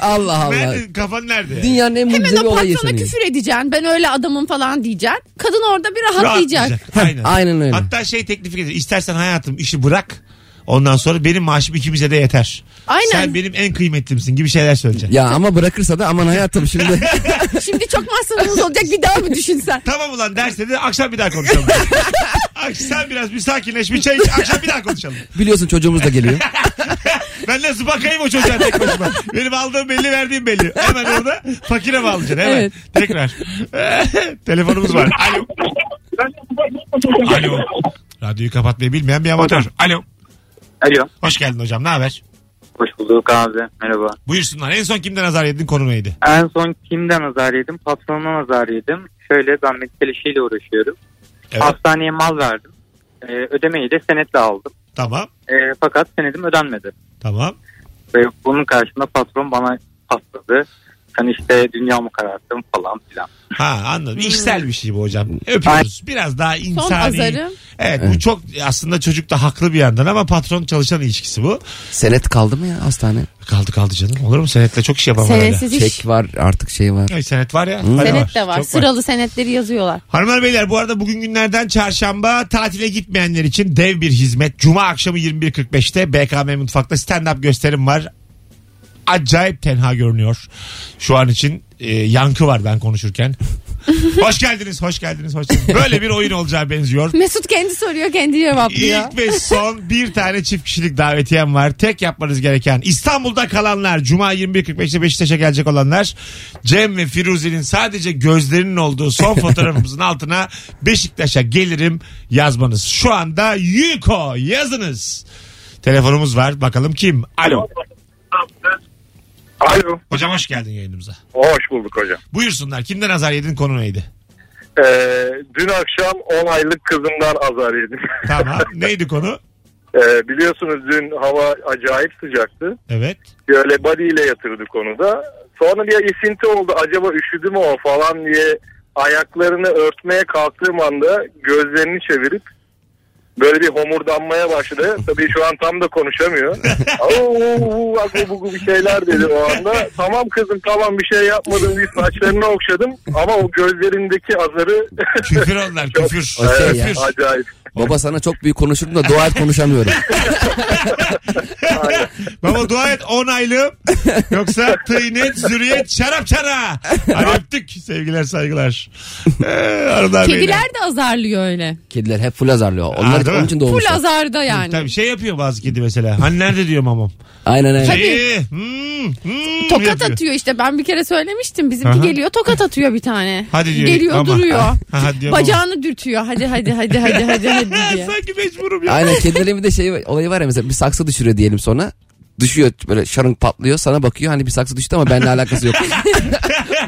[SPEAKER 4] Allah Allah.
[SPEAKER 2] Nerede, kafan nerede? yani?
[SPEAKER 4] Dünyanın en
[SPEAKER 3] Hemen
[SPEAKER 4] mucizevi
[SPEAKER 3] o
[SPEAKER 4] olayı
[SPEAKER 3] patrona
[SPEAKER 4] yaşanıyor.
[SPEAKER 3] küfür edeceksin. Ben öyle adamım falan diyeceksin. Kadın orada bir rahatlayacak.
[SPEAKER 2] Aynen.
[SPEAKER 4] aynen öyle.
[SPEAKER 2] Hatta şey teklif gelir. İstersen hayatım işi bırak. Ondan sonra benim maaşım ikimize de yeter.
[SPEAKER 3] Aynen.
[SPEAKER 2] Sen benim en kıymetlimsin gibi şeyler söyleyeceksin.
[SPEAKER 4] Ya ama bırakırsa da aman hayatım şimdi.
[SPEAKER 3] Şimdi çok masrafımız olacak bir daha mı düşünsen?
[SPEAKER 2] Tamam ulan derse de akşam bir daha konuşalım. akşam biraz bir sakinleş bir çay iç akşam bir daha konuşalım.
[SPEAKER 4] Biliyorsun çocuğumuz da geliyor.
[SPEAKER 2] Ben nasıl bakayım o çocuğa tek başıma. Benim aldığım belli verdiğim belli. Hemen orada fakire bağlayacaksın hemen.
[SPEAKER 3] Evet.
[SPEAKER 2] Tekrar. Telefonumuz var. Alo. Alo. Radyoyu kapatmayı bilmeyen bir amatör. Alo.
[SPEAKER 5] Alo.
[SPEAKER 2] Hoş geldin hocam ne haber?
[SPEAKER 5] Hoş bulduk abi. Merhaba.
[SPEAKER 2] Buyursunlar en son kimden azar yedin konu neydi?
[SPEAKER 5] En son kimden azar yedim? Patrondan azar yedim. Şöyle ben metal işiyle uğraşıyorum.
[SPEAKER 2] Evet.
[SPEAKER 5] Hastaneye mal verdim. Ee, ödemeyi de senetle aldım.
[SPEAKER 2] Tamam.
[SPEAKER 5] Ee, fakat senedim ödenmedi.
[SPEAKER 2] Tamam.
[SPEAKER 5] Ve bunun karşılığında patron bana patladı. Sen işte dünya mı kararttın falan filan.
[SPEAKER 2] Ha anladım. İşsel bir şey bu hocam. Öpüyoruz. Biraz daha insani.
[SPEAKER 3] Hmm. Son azarı.
[SPEAKER 2] Evet, bu çok aslında çocuk da haklı bir yandan ama patron çalışan ilişkisi bu.
[SPEAKER 4] Senet kaldı mı ya hastane?
[SPEAKER 2] Kaldı kaldı canım. Olur mu? Senetle çok iş yapamam öyle.
[SPEAKER 3] Senetsiz iş.
[SPEAKER 4] Çek var artık şey var.
[SPEAKER 2] Ay, senet var ya. Hala
[SPEAKER 3] Senet de var.
[SPEAKER 2] Çok
[SPEAKER 3] Sıralı senetleri yazıyorlar.
[SPEAKER 2] Hanımlar beyler bu arada bugün günlerden çarşamba tatile gitmeyenler için dev bir hizmet. Cuma akşamı 21.45'te BKM Mutfak'ta stand-up gösterim var. Acayip tenha görünüyor. Şu an için e, yankı var ben konuşurken. Hoş geldiniz, hoş geldiniz, hoş geldiniz. Böyle bir oyun olacağı benziyor.
[SPEAKER 3] Mesut kendi soruyor kendi cevaplıyor.
[SPEAKER 2] İlk ve son bir tane çift kişilik davetiyem var. Tek yapmanız gereken İstanbul'da kalanlar, Cuma 21.45'te Beşiktaş'a gelecek olanlar, Cem ve Firuze'nin sadece gözlerinin olduğu son fotoğrafımızın altına Beşiktaş'a gelirim yazmanız. Şu anda Yuko yazınız. Telefonumuz var. Bakalım kim? Alo.
[SPEAKER 7] Alo.
[SPEAKER 2] Hocam hoş geldin yayınımıza.
[SPEAKER 7] Hoş bulduk hocam.
[SPEAKER 2] Buyursunlar. Kimden azar yedin? Konu neydi?
[SPEAKER 7] Ee, dün akşam 10 aylık kızımdan azar yedim.
[SPEAKER 2] Tamam. neydi konu?
[SPEAKER 7] Ee, biliyorsunuz dün hava acayip sıcaktı.
[SPEAKER 2] Evet.
[SPEAKER 7] Böyle body ile yatırdık onu da. Sonra bir esinti oldu. Acaba üşüdü mü o falan diye ayaklarını örtmeye kalktığım anda gözlerini çevirip böyle bir homurdanmaya başladı. Tabii şu an tam da konuşamıyor. Au, bak bu- bu bir şeyler dedi o anda. Tamam kızım tamam bir şey yapmadım diye saçlarını okşadım ama o gözlerindeki azarı
[SPEAKER 2] Küfür onlar. Küfür.
[SPEAKER 4] O şey ya.
[SPEAKER 2] küfür.
[SPEAKER 7] acayip.
[SPEAKER 4] Baba sana çok büyük konuşurdum da dua et konuşamıyorum.
[SPEAKER 2] Baba dua et 10 aylığım. Yoksa tıynet, zürriyet, şarap çara. Hadi öptük. Sevgiler, saygılar. Ee, hanımlar, beyler.
[SPEAKER 3] Kediler de azarlıyor öyle.
[SPEAKER 4] Kediler hep full azarlıyor. Onlar
[SPEAKER 2] değil
[SPEAKER 4] onun
[SPEAKER 2] mi?
[SPEAKER 4] için
[SPEAKER 3] Full
[SPEAKER 4] doğmuşlar.
[SPEAKER 3] azarda yani.
[SPEAKER 2] Tabii şey yapıyor bazı kedi mesela. Hani nerede diyor mamam.
[SPEAKER 4] Aynen aynen.
[SPEAKER 2] Ee, hmm, hmm
[SPEAKER 3] Tokat
[SPEAKER 2] yapıyor.
[SPEAKER 3] atıyor işte ben bir kere söylemiştim bizimki
[SPEAKER 2] Aha.
[SPEAKER 3] geliyor tokat atıyor bir tane.
[SPEAKER 2] Hadi diyor,
[SPEAKER 3] Geliyor
[SPEAKER 2] ama.
[SPEAKER 3] duruyor.
[SPEAKER 2] Ha, hadi diyor, ama.
[SPEAKER 3] Bacağını dürtüyor hadi hadi hadi hadi hadi hadi
[SPEAKER 2] Ee,
[SPEAKER 3] diye.
[SPEAKER 2] sanki mecburum ya.
[SPEAKER 4] Aynen kedilerin bir de şey olayı var ya mesela bir saksı düşürüyor diyelim sonra. Düşüyor böyle şarın patlıyor sana bakıyor hani bir saksı düştü ama benimle alakası yok.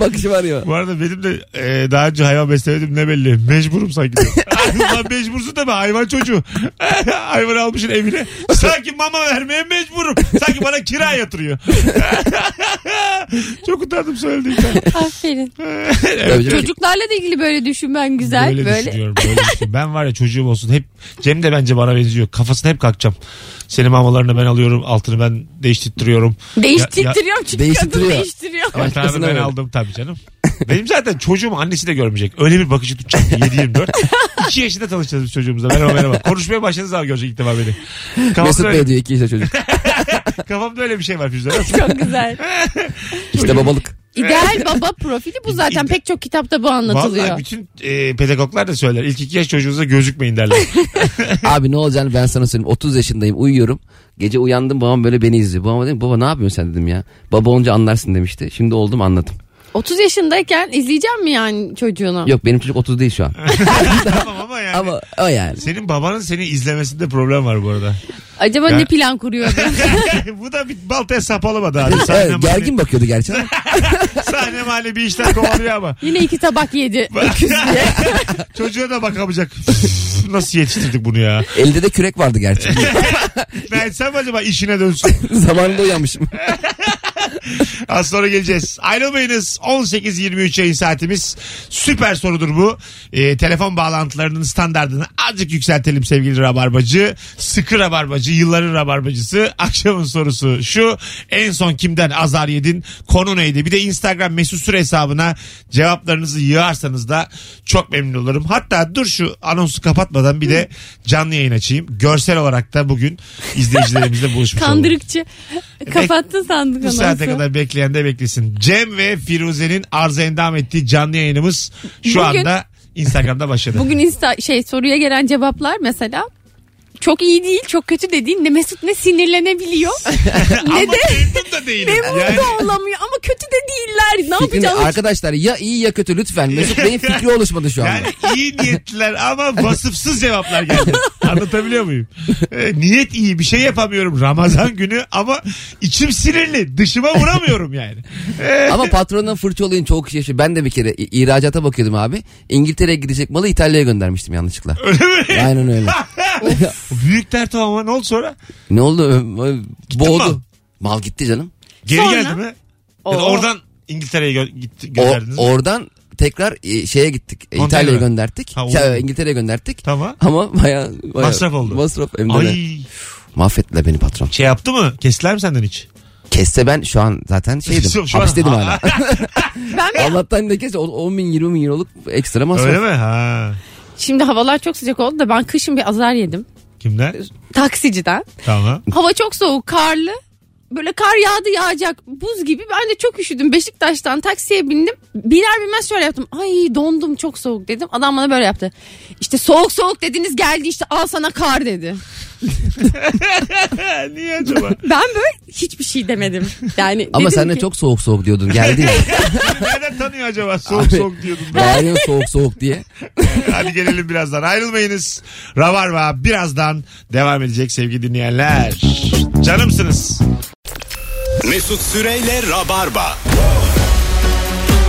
[SPEAKER 4] Bakışı var ya.
[SPEAKER 2] Bu arada benim de e, daha önce hayvan beslemedim ne belli. Mecburum sanki. diyor. Ulan mecbursun deme hayvan çocuğu. hayvan almışsın evine. Sanki mama vermeye mecburum. Sanki bana kira yatırıyor. Çok utandım söylediğim zaman.
[SPEAKER 3] Aferin.
[SPEAKER 4] Tabii canım.
[SPEAKER 3] Çocuklarla da ilgili böyle düşünmen güzel
[SPEAKER 2] böyle,
[SPEAKER 3] böyle.
[SPEAKER 2] düşünüyorum. Böyle düşünüyorum. Ben var ya çocuğum olsun. Hep Cem de bence bana benziyor. Kafasına hep kalkacağım. Senin mamalarını ben alıyorum. Altını ben değiştirtiyorum.
[SPEAKER 3] Değiştiriyorum çünkü
[SPEAKER 4] Değiştiriyor.
[SPEAKER 3] kadın değiştiriyor.
[SPEAKER 2] Ama tabii
[SPEAKER 4] Başkasına
[SPEAKER 2] ben
[SPEAKER 4] öyle.
[SPEAKER 2] aldım tabii canım. Benim zaten çocuğum annesi de görmeyecek. Öyle bir bakışı tutacak ki 7-24. 2 yaşında tanışacağız biz çocuğumuzla. Merhaba merhaba. Konuşmaya başladığınız zaman görecek ilk defa beni.
[SPEAKER 4] Mesut
[SPEAKER 2] Kafamda,
[SPEAKER 4] Bey
[SPEAKER 2] öyle,
[SPEAKER 4] diyor iki yaşında çocuk.
[SPEAKER 2] kafamda öyle bir şey var Firuze. Nasıl?
[SPEAKER 3] Çok güzel.
[SPEAKER 4] İşte babalık.
[SPEAKER 3] İdeal baba profili bu zaten. Pek çok kitapta bu anlatılıyor.
[SPEAKER 2] Vallahi bütün e, pedagoglar da söyler. İlk iki yaş çocuğunuza gözükmeyin derler.
[SPEAKER 4] Abi ne olacağını ben sana söyleyeyim. 30 yaşındayım uyuyorum. Gece uyandım babam böyle beni izliyor. Babama dedim baba ne yapıyorsun sen dedim ya. Baba olunca anlarsın demişti. Şimdi oldum anladım.
[SPEAKER 3] 30 yaşındayken izleyeceğim mi yani çocuğunu?
[SPEAKER 4] Yok benim çocuk 30 değil şu an.
[SPEAKER 2] tamam ama yani.
[SPEAKER 4] Ama o yani.
[SPEAKER 2] Senin babanın seni izlemesinde problem var bu arada.
[SPEAKER 3] Acaba
[SPEAKER 2] Ya-
[SPEAKER 3] ne plan kuruyordu?
[SPEAKER 2] bu da bir baltaya sap olamadı abi. Sahne,
[SPEAKER 4] Evet,
[SPEAKER 2] mahalle-
[SPEAKER 4] gergin bakıyordu gerçi. ama.
[SPEAKER 2] sahne mahalle bir işten kovalıyor ama.
[SPEAKER 3] Yine iki tabak yedi.
[SPEAKER 2] Çocuğa da bakamayacak. Nasıl yetiştirdik bunu ya?
[SPEAKER 4] Elde de kürek vardı gerçi.
[SPEAKER 2] Ne etsem acaba işine dönsün?
[SPEAKER 4] Zamanında uyanmışım.
[SPEAKER 2] Az sonra geleceğiz. Ayrılmayınız. 18.23 yayın saatimiz. Süper sorudur bu. Ee, telefon bağlantılarının standartını azıcık yükseltelim sevgili rabarbacı. Sıkı rabarbacı, yılların rabarbacısı. Akşamın sorusu şu. En son kimden azar yedin? Konu neydi? Bir de Instagram mesut süre hesabına cevaplarınızı yığarsanız da çok memnun olurum. Hatta dur şu anonsu kapatmadan bir de canlı yayın açayım. Görsel olarak da bugün izleyicilerimizle buluşmuş olalım.
[SPEAKER 3] Kandırıkçı. Kapattın sandık
[SPEAKER 2] Bu saate
[SPEAKER 3] anonsu.
[SPEAKER 2] kadar bekleyen de beklesin. Cem ve Firuze'nin arıza endam ettiği canlı yayınımız şu
[SPEAKER 3] Bugün-
[SPEAKER 2] anda Instagram'da başladı.
[SPEAKER 3] Bugün insta şey soruya gelen cevaplar mesela çok iyi değil, çok kötü de değil. Ne Mesut ne sinirlenebiliyor.
[SPEAKER 2] Ama
[SPEAKER 3] ne de
[SPEAKER 2] memnun da değilim.
[SPEAKER 3] ne mutlu
[SPEAKER 2] Yani
[SPEAKER 3] olamıyor ama kötü de değiller. Ne
[SPEAKER 4] Fikrini-
[SPEAKER 3] yapacağız?
[SPEAKER 4] arkadaşlar ya iyi ya kötü lütfen. Mesut Bey'in fikri oluşmadı şu anda.
[SPEAKER 2] yani iyi niyetliler ama vasıfsız cevaplar geldi. Anlatabiliyor muyum? Ee, niyet iyi bir şey yapamıyorum Ramazan günü ama içim sinirli dışıma vuramıyorum yani. Ee,
[SPEAKER 4] Ama patrondan fırçalayın çok şey. şey. Ben de bir kere i- ihracata bakıyordum abi. İngiltere'ye gidecek malı İtalya'ya göndermiştim yanlışlıkla.
[SPEAKER 2] öyle mi?
[SPEAKER 4] Aynen öyle.
[SPEAKER 2] Büyük dert o ama ne oldu sonra?
[SPEAKER 4] ne oldu? Boğdu.
[SPEAKER 2] mal.
[SPEAKER 4] Mal. gitti canım.
[SPEAKER 2] Geri
[SPEAKER 3] Sonra?
[SPEAKER 2] geldi mi? Ya da
[SPEAKER 3] Oo.
[SPEAKER 2] oradan İngiltere'ye gö- gitti,
[SPEAKER 4] O-
[SPEAKER 2] gönderdiniz. mi?
[SPEAKER 4] oradan tekrar e, şeye gittik. E,
[SPEAKER 2] Konteyner.
[SPEAKER 4] İtalya'ya gönderdik.
[SPEAKER 2] Ha, o-
[SPEAKER 4] Ya, İngiltere'ye gönderdik.
[SPEAKER 2] Tamam.
[SPEAKER 4] Ama baya, baya-
[SPEAKER 2] Masraf oldu.
[SPEAKER 4] Masraf hem de ne.
[SPEAKER 2] Ay
[SPEAKER 4] Mahvettiler beni patron.
[SPEAKER 2] şey yaptı mı? Kestiler mi senden hiç?
[SPEAKER 4] Kesse ben şu an zaten şeydim.
[SPEAKER 2] Şu an-
[SPEAKER 4] hapisteydim hala.
[SPEAKER 3] Ben bir-
[SPEAKER 4] Allah'tan ne kesse o 10 bin 20 bin euroluk ekstra masraf.
[SPEAKER 2] Öyle mi? Ha.
[SPEAKER 3] Şimdi havalar çok sıcak oldu da ben kışın bir azar yedim.
[SPEAKER 2] Kimden?
[SPEAKER 3] Taksiciden.
[SPEAKER 2] Tamam.
[SPEAKER 3] Hava çok soğuk, karlı. böyle kar yağdı yağacak buz gibi. Ben de çok üşüdüm. Beşiktaş'tan taksiye bindim. Biner binmez şöyle yaptım. Ay dondum çok soğuk dedim. Adam bana böyle yaptı. İşte soğuk soğuk dediniz geldi işte al sana kar dedi.
[SPEAKER 2] Niye acaba?
[SPEAKER 3] Ben böyle hiçbir şey demedim. Yani
[SPEAKER 4] Ama
[SPEAKER 3] dedim
[SPEAKER 4] sen de
[SPEAKER 3] ki-
[SPEAKER 4] çok soğuk soğuk diyordun geldi ya.
[SPEAKER 2] Nereden tanıyor acaba? Soğuk
[SPEAKER 4] Abi.
[SPEAKER 2] soğuk diyordum ben.
[SPEAKER 4] Bağırıyorsun soğuk soğuk diye.
[SPEAKER 2] Hadi gelelim birazdan. Ayrılmayınız. Rabarba birazdan devam edecek sevgili dinleyenler. Canımsınız.
[SPEAKER 1] Mesut Süreyle Rabarba.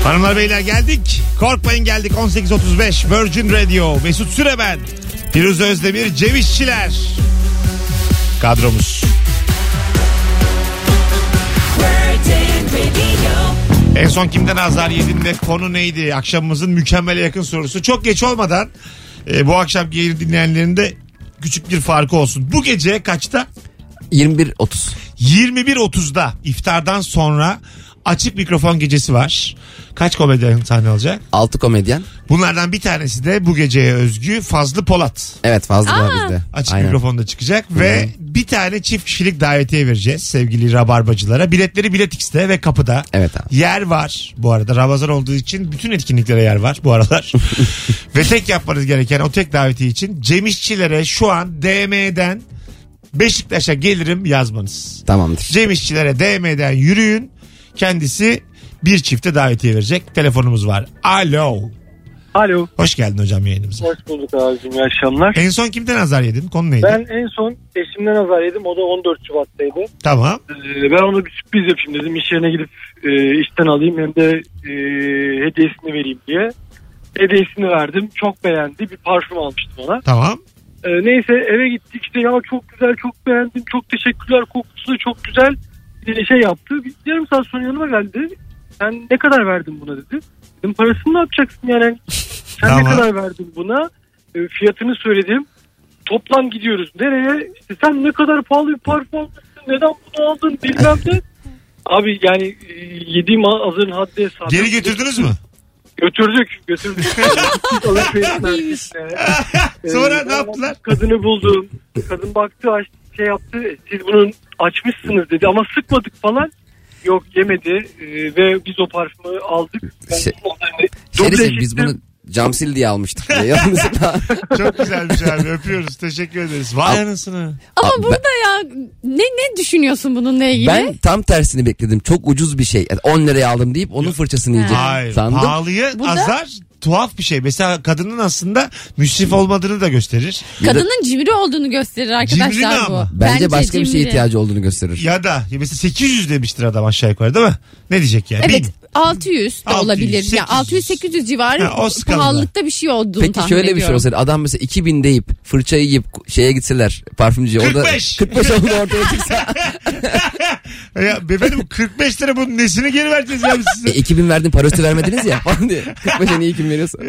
[SPEAKER 2] Hanımlar beyler geldik. Korkmayın geldik 18.35 Virgin Radio. Mesut Süre ben. Firuze Özdemir, Cem İşçiler. Kadromuz. En son kimden azar yedin ve konu neydi? Akşamımızın mükemmele yakın sorusu. Çok geç olmadan e, bu akşam yayını dinleyenlerin de küçük bir farkı olsun. Bu gece kaçta?
[SPEAKER 4] 21.30.
[SPEAKER 2] 21.30'da iftardan sonra açık mikrofon gecesi var. Kaç komedyen sahne alacak?
[SPEAKER 4] 6 komedyen.
[SPEAKER 2] Bunlardan bir tanesi de bu geceye özgü Fazlı Polat.
[SPEAKER 4] Evet fazla var bizde.
[SPEAKER 2] Açık
[SPEAKER 4] Aynen.
[SPEAKER 2] mikrofonda çıkacak ve bir tane çift kişilik davetiye vereceğiz sevgili rabarbacılara. Biletleri Biletix'te ve kapıda.
[SPEAKER 4] Evet abi.
[SPEAKER 2] Yer var bu arada. Ramazan olduğu için bütün etkinliklere yer var bu aralar. ve tek yapmanız gereken o tek davetiye için Cemişçilere şu an DM'den Beşiktaş'a gelirim yazmanız.
[SPEAKER 4] Tamamdır.
[SPEAKER 2] Cem İşçilere DM'den yürüyün. Kendisi bir çifte davetiye verecek. Telefonumuz var. Alo.
[SPEAKER 5] Alo.
[SPEAKER 2] Hoş geldin hocam yayınımıza.
[SPEAKER 5] Hoş bulduk abicim. İyi akşamlar.
[SPEAKER 2] En son kimden azar yedin? Konu neydi?
[SPEAKER 5] Ben en son eşimden azar yedim. O da 14 Şubat'taydı.
[SPEAKER 2] Tamam.
[SPEAKER 5] Ee, Ben ona bir sürpriz yapayım dedim. İş yerine gidip e, işten alayım hem de e, hediyesini vereyim diye. Hediyesini verdim. Çok beğendi. Bir parfüm almıştım ona.
[SPEAKER 2] Tamam.
[SPEAKER 5] E, neyse eve gittik işte ya çok güzel çok beğendim. Çok teşekkürler kokusu da çok güzel e, şey yaptı. Bir yarım saat sonra yanıma geldi. Sen ne kadar verdin buna dedi. Dedim parasını ne yapacaksın yani? Sen
[SPEAKER 2] Tamam.
[SPEAKER 5] ne kadar verdin buna? E, fiyatını söyledim. Toplam gidiyoruz. Nereye? İşte sen ne kadar pahalı bir parfüm almışsın. Neden bunu aldın bilmem ne. Abi yani e, yediğim azarın haddi hesabı.
[SPEAKER 2] Geri götürdünüz mü?
[SPEAKER 5] Götürdük. Götürdük. Alışveriş
[SPEAKER 3] İyiymiş.
[SPEAKER 5] merkezine. Ee,
[SPEAKER 2] Sonra ne
[SPEAKER 5] ben
[SPEAKER 2] yaptılar?
[SPEAKER 5] Kadını buldum. Kadın baktı aç, şey yaptı. Siz bunu açmışsınız dedi ama sıkmadık falan. Yok yemedi Ee, ve biz o parfümü aldık. Ben
[SPEAKER 4] Şey-
[SPEAKER 5] bunun üzerine
[SPEAKER 4] Şerif
[SPEAKER 5] duble
[SPEAKER 4] biz
[SPEAKER 5] çektim.
[SPEAKER 4] bunu camsil diye almıştık. diye. Yanlışlıkla.
[SPEAKER 2] Çok güzelmiş abi. Öpüyoruz. Teşekkür ederiz. Vay anasını.
[SPEAKER 3] Ama
[SPEAKER 4] Abi ben-
[SPEAKER 3] burada ya ne ne düşünüyorsun bununla ilgili?
[SPEAKER 4] ben tam tersini bekledim. Çok ucuz bir şey. Yani 10 liraya aldım deyip onun fırçasını yiyecek
[SPEAKER 2] Hayır.
[SPEAKER 4] sandım.
[SPEAKER 2] Pahalıya
[SPEAKER 3] Burada-
[SPEAKER 2] azar tuhaf bir şey. Mesela kadının aslında müsrif olmadığını da gösterir.
[SPEAKER 4] Ya da-
[SPEAKER 3] Kadının cimri olduğunu gösterir arkadaşlar
[SPEAKER 2] Cimri ne
[SPEAKER 3] bu.
[SPEAKER 2] ama?
[SPEAKER 4] Bence, başka bir şeye
[SPEAKER 3] cimri.
[SPEAKER 4] ihtiyacı olduğunu gösterir.
[SPEAKER 2] Ya da ya mesela 800 demiştir adam aşağı yukarı değil mi? Ne diyecek yani?
[SPEAKER 3] Evet
[SPEAKER 2] Bin.
[SPEAKER 3] 600 da
[SPEAKER 2] 600,
[SPEAKER 3] olabilir.
[SPEAKER 2] 800.
[SPEAKER 3] Ya 600 800 civarı
[SPEAKER 2] Ha, o skalada.
[SPEAKER 3] pahalılıkta bir şey olduğunu
[SPEAKER 4] Peki
[SPEAKER 3] tahmin
[SPEAKER 4] şöyle bir şey
[SPEAKER 3] ediyorum.
[SPEAKER 4] olsaydı adam mesela 2000 deyip fırçayı yiyip şeye gitseler parfümcüye orada
[SPEAKER 2] 45.
[SPEAKER 4] 45 oldu ortaya çıksa
[SPEAKER 2] Ya beyefedim 45 lira bunun nesini geri vereceğiz ya biz size?
[SPEAKER 4] e, 2000 verdim parası vermediniz ya falan diye 45'e niye 2000 veriyorsun?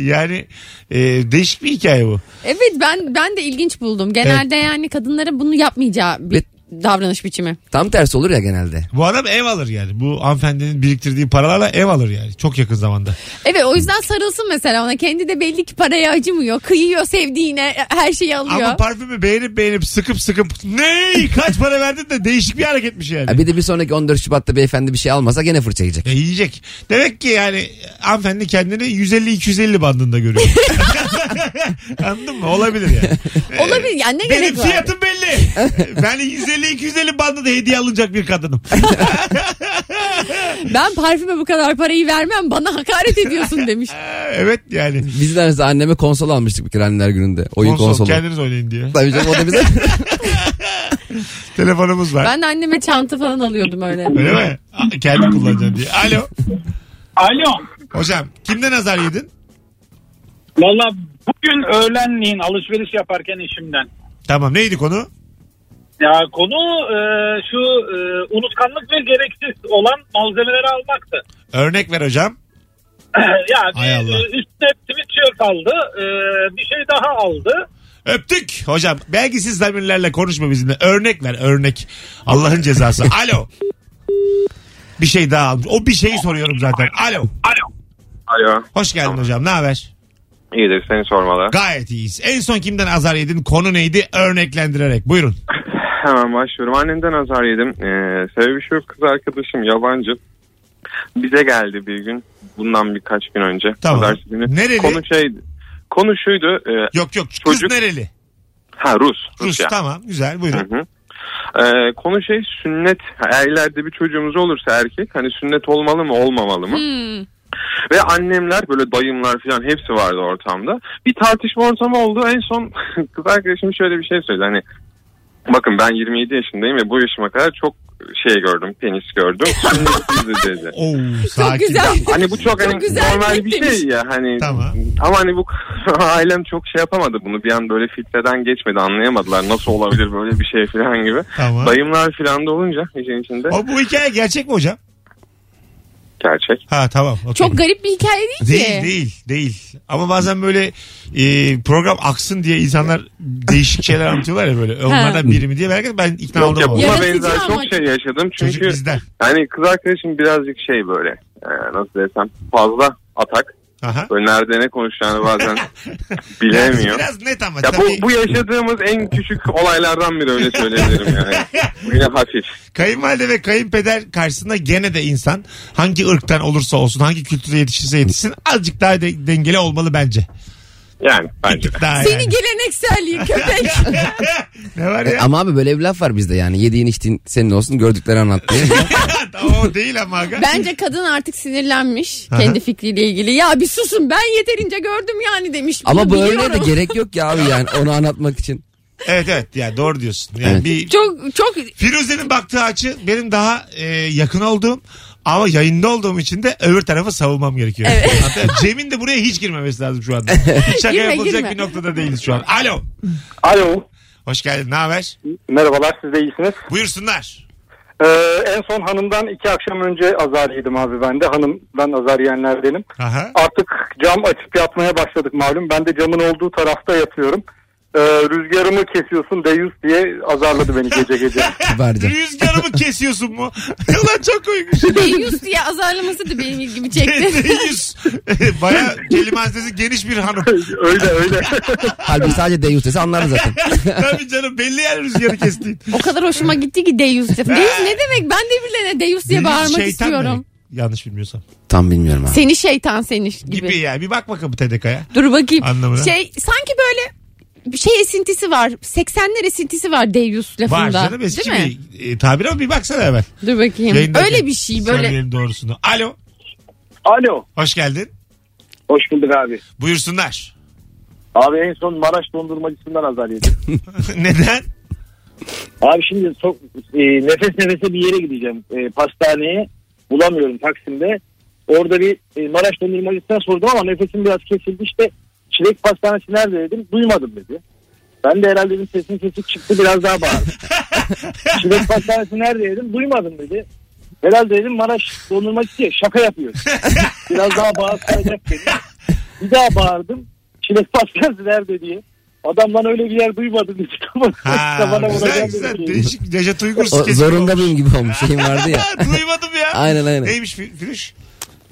[SPEAKER 2] yani e, değişik bir hikaye bu.
[SPEAKER 3] Evet ben ben de ilginç buldum. Genelde yani kadınların bunu yapmayacağı bir davranış biçimi.
[SPEAKER 4] Tam tersi olur ya genelde.
[SPEAKER 2] Bu adam ev alır yani. Bu hanımefendinin biriktirdiği paralarla ev alır yani. Çok yakın zamanda.
[SPEAKER 3] Evet o yüzden sarılsın mesela ona. Kendi de belli ki paraya acımıyor. Kıyıyor sevdiğine her şeyi alıyor.
[SPEAKER 2] Ama parfümü beğenip beğenip sıkıp sıkıp ne kaç para verdin de değişik bir hareketmiş yani.
[SPEAKER 4] Ya bir de bir sonraki 14 Şubat'ta beyefendi bir şey almasa gene fırça yiyecek.
[SPEAKER 2] E, yiyecek. Demek ki yani hanımefendi kendini 150-250 bandında görüyor. Anladın mı? Olabilir yani.
[SPEAKER 3] Olabilir yani ne
[SPEAKER 2] Benim
[SPEAKER 3] gerek var?
[SPEAKER 2] fiyatım belli. ben 150-250 bandında hediye alınacak bir kadınım.
[SPEAKER 3] Ben parfüme bu kadar parayı vermem bana hakaret ediyorsun demiş.
[SPEAKER 2] evet yani.
[SPEAKER 4] Biz de mesela anneme konsol almıştık bir kere anneler gününde. Oyun
[SPEAKER 2] Konsol,
[SPEAKER 4] konsolu.
[SPEAKER 2] kendiniz oynayın diye.
[SPEAKER 4] Tabii canım o da bize
[SPEAKER 2] Telefonumuz var.
[SPEAKER 3] Ben de anneme çanta falan alıyordum öyle.
[SPEAKER 2] Öyle mi? A- Kendi kullanacaksın diye. Alo.
[SPEAKER 8] Alo.
[SPEAKER 2] Hocam kimden azar yedin?
[SPEAKER 8] Valla bugün öğlenleyin alışveriş yaparken işimden.
[SPEAKER 2] Tamam neydi konu?
[SPEAKER 8] Ya konu e, şu e, unutkanlık ve gereksiz olan malzemeleri almaktı.
[SPEAKER 2] Örnek ver hocam.
[SPEAKER 8] ya
[SPEAKER 2] Hay
[SPEAKER 8] bir,
[SPEAKER 2] Allah.
[SPEAKER 8] e, üstüne tişört aldı. e, bir şey daha aldı.
[SPEAKER 2] Öptük. Hocam belki siz zamirlerle konuşma bizimle. Örnek ver örnek. Allah'ın cezası. Alo. Bir şey daha almış. O bir şeyi soruyorum zaten. Alo.
[SPEAKER 6] Alo.
[SPEAKER 2] Hoş geldin hocam. Ne haber?
[SPEAKER 6] İyidir seni sormalı.
[SPEAKER 2] Gayet iyiyiz. En son kimden azar yedin? Konu neydi? Örneklendirerek. Buyurun.
[SPEAKER 6] Hemen başlıyorum. Annemden azar yedim. Ee, sebebi şu kız arkadaşım yabancı. Bize geldi bir gün. Bundan birkaç gün önce.
[SPEAKER 2] Tamam.
[SPEAKER 6] Pazartesi günü.
[SPEAKER 2] Nereli?
[SPEAKER 6] Konu şeydi. Konu şuydu. e,
[SPEAKER 2] Yok yok. Kız
[SPEAKER 6] Çocuk-
[SPEAKER 2] nereli?
[SPEAKER 6] ha Rus.
[SPEAKER 2] Rus.
[SPEAKER 6] Rusya.
[SPEAKER 2] Tamam güzel buyurun.
[SPEAKER 6] Hı hı. Ee, konu şey sünnet. Eğer ileride bir çocuğumuz olursa erkek hani sünnet olmalı mı olmamalı mı?
[SPEAKER 3] Hmm.
[SPEAKER 6] Ve annemler böyle dayımlar falan hepsi vardı ortamda. Bir tartışma ortamı oldu. En son kız arkadaşım şöyle bir şey söyledi. Hani bakın ben 27 yaşındayım ve bu yaşıma kadar çok şey gördüm. Penis gördüm. Sünnetsiz de dedi.
[SPEAKER 2] Oo,
[SPEAKER 3] Çok
[SPEAKER 2] sakin.
[SPEAKER 3] güzel.
[SPEAKER 6] Hani bu çok hani
[SPEAKER 3] Çok güzel
[SPEAKER 6] normal bir
[SPEAKER 3] demiş.
[SPEAKER 6] şey ya hani
[SPEAKER 2] Tamam.
[SPEAKER 6] ama hani bu ailem çok şey yapamadı bunu bir an böyle filtreden geçmedi anlayamadılar nasıl olabilir böyle bir şey falan gibi.
[SPEAKER 2] Tamam.
[SPEAKER 6] Dayımlar falan da olunca işin içinde
[SPEAKER 2] O bu hikaye gerçek mi hocam?
[SPEAKER 6] gerçek.
[SPEAKER 2] Ha tamam. okey.
[SPEAKER 3] Çok garip bir hikaye değil,
[SPEAKER 2] Değil
[SPEAKER 3] ki.
[SPEAKER 2] değil değil. Ama bazen böyle e, program aksın diye insanlar değişik şeyler anlatıyorlar ya böyle. Onlardan biri mi diye merak ettim. Ben ikna
[SPEAKER 6] Yok ya
[SPEAKER 2] oldum.
[SPEAKER 6] buna
[SPEAKER 2] ama.
[SPEAKER 3] Yaratıcı
[SPEAKER 6] benzer
[SPEAKER 3] ama-
[SPEAKER 6] çok şey yaşadım
[SPEAKER 2] Çocuk
[SPEAKER 6] çünkü
[SPEAKER 2] bizden.
[SPEAKER 6] hani kız arkadaşım birazcık şey böyle e, nasıl desem fazla atak
[SPEAKER 2] Aha.
[SPEAKER 6] böyle nerede ne konuşacağını bazen bilemiyor.
[SPEAKER 2] Biraz net ama
[SPEAKER 6] Ya
[SPEAKER 2] tabii.
[SPEAKER 6] bu, bu yaşadığımız en küçük olaylardan biri öyle söyleyebilirim yani. Bu Yine hafif.
[SPEAKER 2] Kayınvalide ve kayınpeder karşısında gene de insan hangi ırktan olursa olsun, hangi kültüre yetişirse yetişsin azıcık daha de- dengeli olmalı bence.
[SPEAKER 6] Yani bence. de.
[SPEAKER 2] Daha
[SPEAKER 3] Seni
[SPEAKER 2] yani.
[SPEAKER 3] gelenekselliği köpek.
[SPEAKER 2] Ne var
[SPEAKER 4] E,
[SPEAKER 2] ya?
[SPEAKER 4] ama abi böyle bir laf var bizde yani yediğin içtiğin senin olsun gördükleri anlat diye.
[SPEAKER 2] o değil ama. aga.
[SPEAKER 3] Bence kadın artık sinirlenmiş
[SPEAKER 2] Aha.
[SPEAKER 3] kendi fikriyle ilgili. Ya bir susun ben yeterince gördüm yani demiş. Bunu
[SPEAKER 4] Ama bu örneğe de
[SPEAKER 3] biliyorum.
[SPEAKER 4] gerek yok ya abi yani onu anlatmak için.
[SPEAKER 2] Evet evet yani doğru diyorsun. Yani
[SPEAKER 4] Evet.
[SPEAKER 2] bir
[SPEAKER 3] Çok çok
[SPEAKER 2] Firuze'nin baktığı açı benim daha e, yakın olduğum ama yayında olduğum için de öbür tarafı savunmam gerekiyor. Hatta Cem'in de buraya hiç girmemesi lazım şu anda. Hiç Şaka
[SPEAKER 3] Girme,
[SPEAKER 2] yapılacak
[SPEAKER 3] girme.
[SPEAKER 2] bir noktada değiliz şu an. Alo.
[SPEAKER 7] Alo.
[SPEAKER 2] Hoş geldin. Ne haber?
[SPEAKER 7] Merhabalar siz de iyisiniz.
[SPEAKER 2] Buyursunlar.
[SPEAKER 7] Ee, en son hanımdan iki akşam önce azar yedim abi ben de. Hanımdan azar yiyenlerdenim.
[SPEAKER 2] Aha.
[SPEAKER 7] Artık cam açıp yatmaya başladık malum. Ben de camın olduğu tarafta yatıyorum. Ee, rüzgarımı kesiyorsun deyus diye azarladı beni gece gece.
[SPEAKER 4] Kibarca.
[SPEAKER 2] Rüzgarımı kesiyorsun mu? Yalan çok koymuş.
[SPEAKER 3] Deyyus diye azarlaması da benim ilgimi çekti.
[SPEAKER 2] Yüz. Baya kelimazesi geniş bir hanım.
[SPEAKER 7] öyle öyle.
[SPEAKER 4] Halbuki sadece deyyus dese anlar zaten.
[SPEAKER 2] Tabii canım belli yer rüzgarı kestiğin.
[SPEAKER 3] o kadar hoşuma gitti ki Deyyus diye. Deyyus ne demek? Ben de birilerine Deyyus diye bağırmak
[SPEAKER 2] Şeytan
[SPEAKER 3] istiyorum.
[SPEAKER 2] demek. Yanlış bilmiyorsam.
[SPEAKER 4] Tam bilmiyorum abi.
[SPEAKER 3] Seni şeytan seni gibi.
[SPEAKER 2] Gibi ya. Bir bak bakalım TDK'ya.
[SPEAKER 3] Dur bakayım.
[SPEAKER 2] Anlamına.
[SPEAKER 3] Şey sanki böyle bir şey esintisi var. 80'ler esintisi var Deyyus lafında.
[SPEAKER 2] Var canım eski
[SPEAKER 3] Değil mi?
[SPEAKER 2] bir e, tabir ama bir baksana hemen.
[SPEAKER 3] Dur bakayım.
[SPEAKER 2] Yayındayken
[SPEAKER 3] Öyle bir şey böyle.
[SPEAKER 2] Söyleyelim doğrusunu. Alo.
[SPEAKER 5] Alo.
[SPEAKER 2] Hoş geldin.
[SPEAKER 5] Hoş bulduk abi.
[SPEAKER 2] Buyursunlar.
[SPEAKER 5] Abi en son Maraş dondurmacısından azar yedim.
[SPEAKER 2] Neden?
[SPEAKER 5] abi şimdi çok, e, nefes nefese bir yere gideceğim. E, pastaneye bulamıyorum Taksim'de. Orada bir e, Maraş dondurmacısına sordum ama nefesim biraz kesildi. İşte çilek pastanesi nerede dedim. Duymadım dedi. Ben de herhalde dedim sesim kesik çıktı biraz daha bağırdım. çilek pastanesi nerede dedim. Duymadım dedi. Herhalde dedim Maraş dondurmacısı ya, şaka yapıyor. biraz daha bağırsayacak dedi. Bir daha bağırdım. Çilek pastanesi nerede diye. Adamdan öyle bir yer duymadım dedi. Tamam.
[SPEAKER 2] Ha,
[SPEAKER 5] Bana
[SPEAKER 2] güzel
[SPEAKER 5] vuracağım şey.
[SPEAKER 2] güzel.
[SPEAKER 5] dedi.
[SPEAKER 2] Değişik. Necdet Uygur
[SPEAKER 4] O,
[SPEAKER 2] skeci
[SPEAKER 4] zorunda
[SPEAKER 2] olmuş.
[SPEAKER 4] mıyım gibi olmuş şeyim vardı ya.
[SPEAKER 2] Ha, Duymadım ya.
[SPEAKER 4] Aynen, aynen.
[SPEAKER 2] Neymiş Fir- Firuş?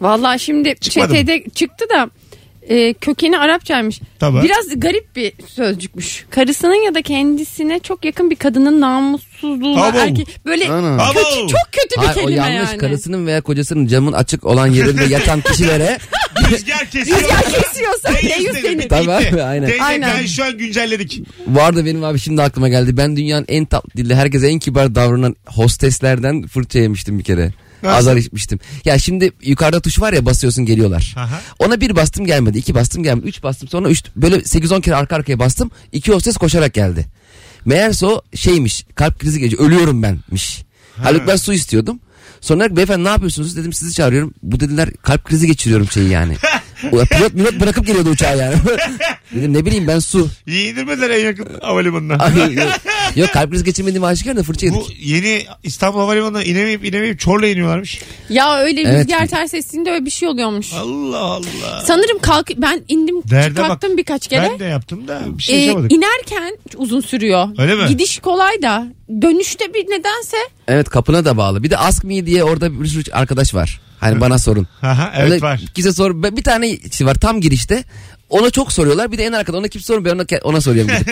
[SPEAKER 3] Vallahi şimdi
[SPEAKER 2] Çıkmadı mı?
[SPEAKER 3] ÇT'de çıktı da e, kökeni Arapçaymış.
[SPEAKER 2] Tamam.
[SPEAKER 3] Biraz garip bir sözcükmüş. Karısının ya da kendisine çok yakın bir kadının namussuzluğuna
[SPEAKER 2] Abo.
[SPEAKER 3] erke- böyle
[SPEAKER 4] Ana.
[SPEAKER 3] kötü,
[SPEAKER 2] Abo.
[SPEAKER 3] çok kötü bir
[SPEAKER 4] Hayır, o
[SPEAKER 3] kelime
[SPEAKER 4] yanlış
[SPEAKER 3] yani.
[SPEAKER 4] karısının veya kocasının camın açık olan yerinde yatan kişilere
[SPEAKER 2] Rüzgar kesiyor.
[SPEAKER 3] Rüzgar kesiyorsa Deyyus seni.
[SPEAKER 4] Tabii abi, aynen.
[SPEAKER 3] Aynen.
[SPEAKER 2] şu an güncelledik.
[SPEAKER 4] vardı benim abi şimdi aklıma geldi. Ben dünyanın en tatlı dilli herkese en kibar davranan hosteslerden fırça yemiştim bir kere.
[SPEAKER 2] Nasıl?
[SPEAKER 4] Azar işitmiştim. Ya şimdi yukarıda tuş var ya basıyorsun geliyorlar.
[SPEAKER 2] Aha.
[SPEAKER 4] Ona bir bastım gelmedi. iki bastım gelmedi. Üç bastım sonra üç, böyle 8-10 kere arka arkaya bastım. İki hostes koşarak geldi. Meğerse o şeymiş kalp krizi gece ölüyorum benmiş. Halbuki ben su istiyordum. Sonra beyefendi ne yapıyorsunuz dedim sizi çağırıyorum. Bu dediler kalp krizi geçiriyorum şeyi yani. O pilot pilot bırakıp geliyordu uçağı yani. dedim ne bileyim ben su.
[SPEAKER 2] İyi indirmediler en yakın havalimanına.
[SPEAKER 4] Ay, yok, yok kalp krizi geçirmediğim aşikar da fırça yedik.
[SPEAKER 2] Bu yeni İstanbul Havalimanı'na inemeyip inemeyip Çorlu'ya iniyorlarmış.
[SPEAKER 3] Ya öyle
[SPEAKER 4] Evet.
[SPEAKER 3] rüzgar ters estiğinde öyle bir şey oluyormuş.
[SPEAKER 2] Allah Allah.
[SPEAKER 3] Sanırım kalk ben indim
[SPEAKER 2] Derde
[SPEAKER 3] kalktım
[SPEAKER 2] bak.
[SPEAKER 3] birkaç kere.
[SPEAKER 2] Ben de yaptım da bir
[SPEAKER 3] Ee,
[SPEAKER 2] şey yapamadık.
[SPEAKER 3] inerken uzun sürüyor.
[SPEAKER 2] Öyle mi?
[SPEAKER 3] Gidiş kolay da dönüşte bir nedense
[SPEAKER 4] Evet kapına da bağlı. Bir de ask me diye orada bir sürü arkadaş var. Hani bana sorun.
[SPEAKER 2] Aha, evet
[SPEAKER 4] Öyle
[SPEAKER 2] var.
[SPEAKER 4] Kimse sor. Bir tane şey var tam girişte. Ona çok soruyorlar. Bir de en arkada ona kimse sormuyor. Ona, ona soruyorum. gidip.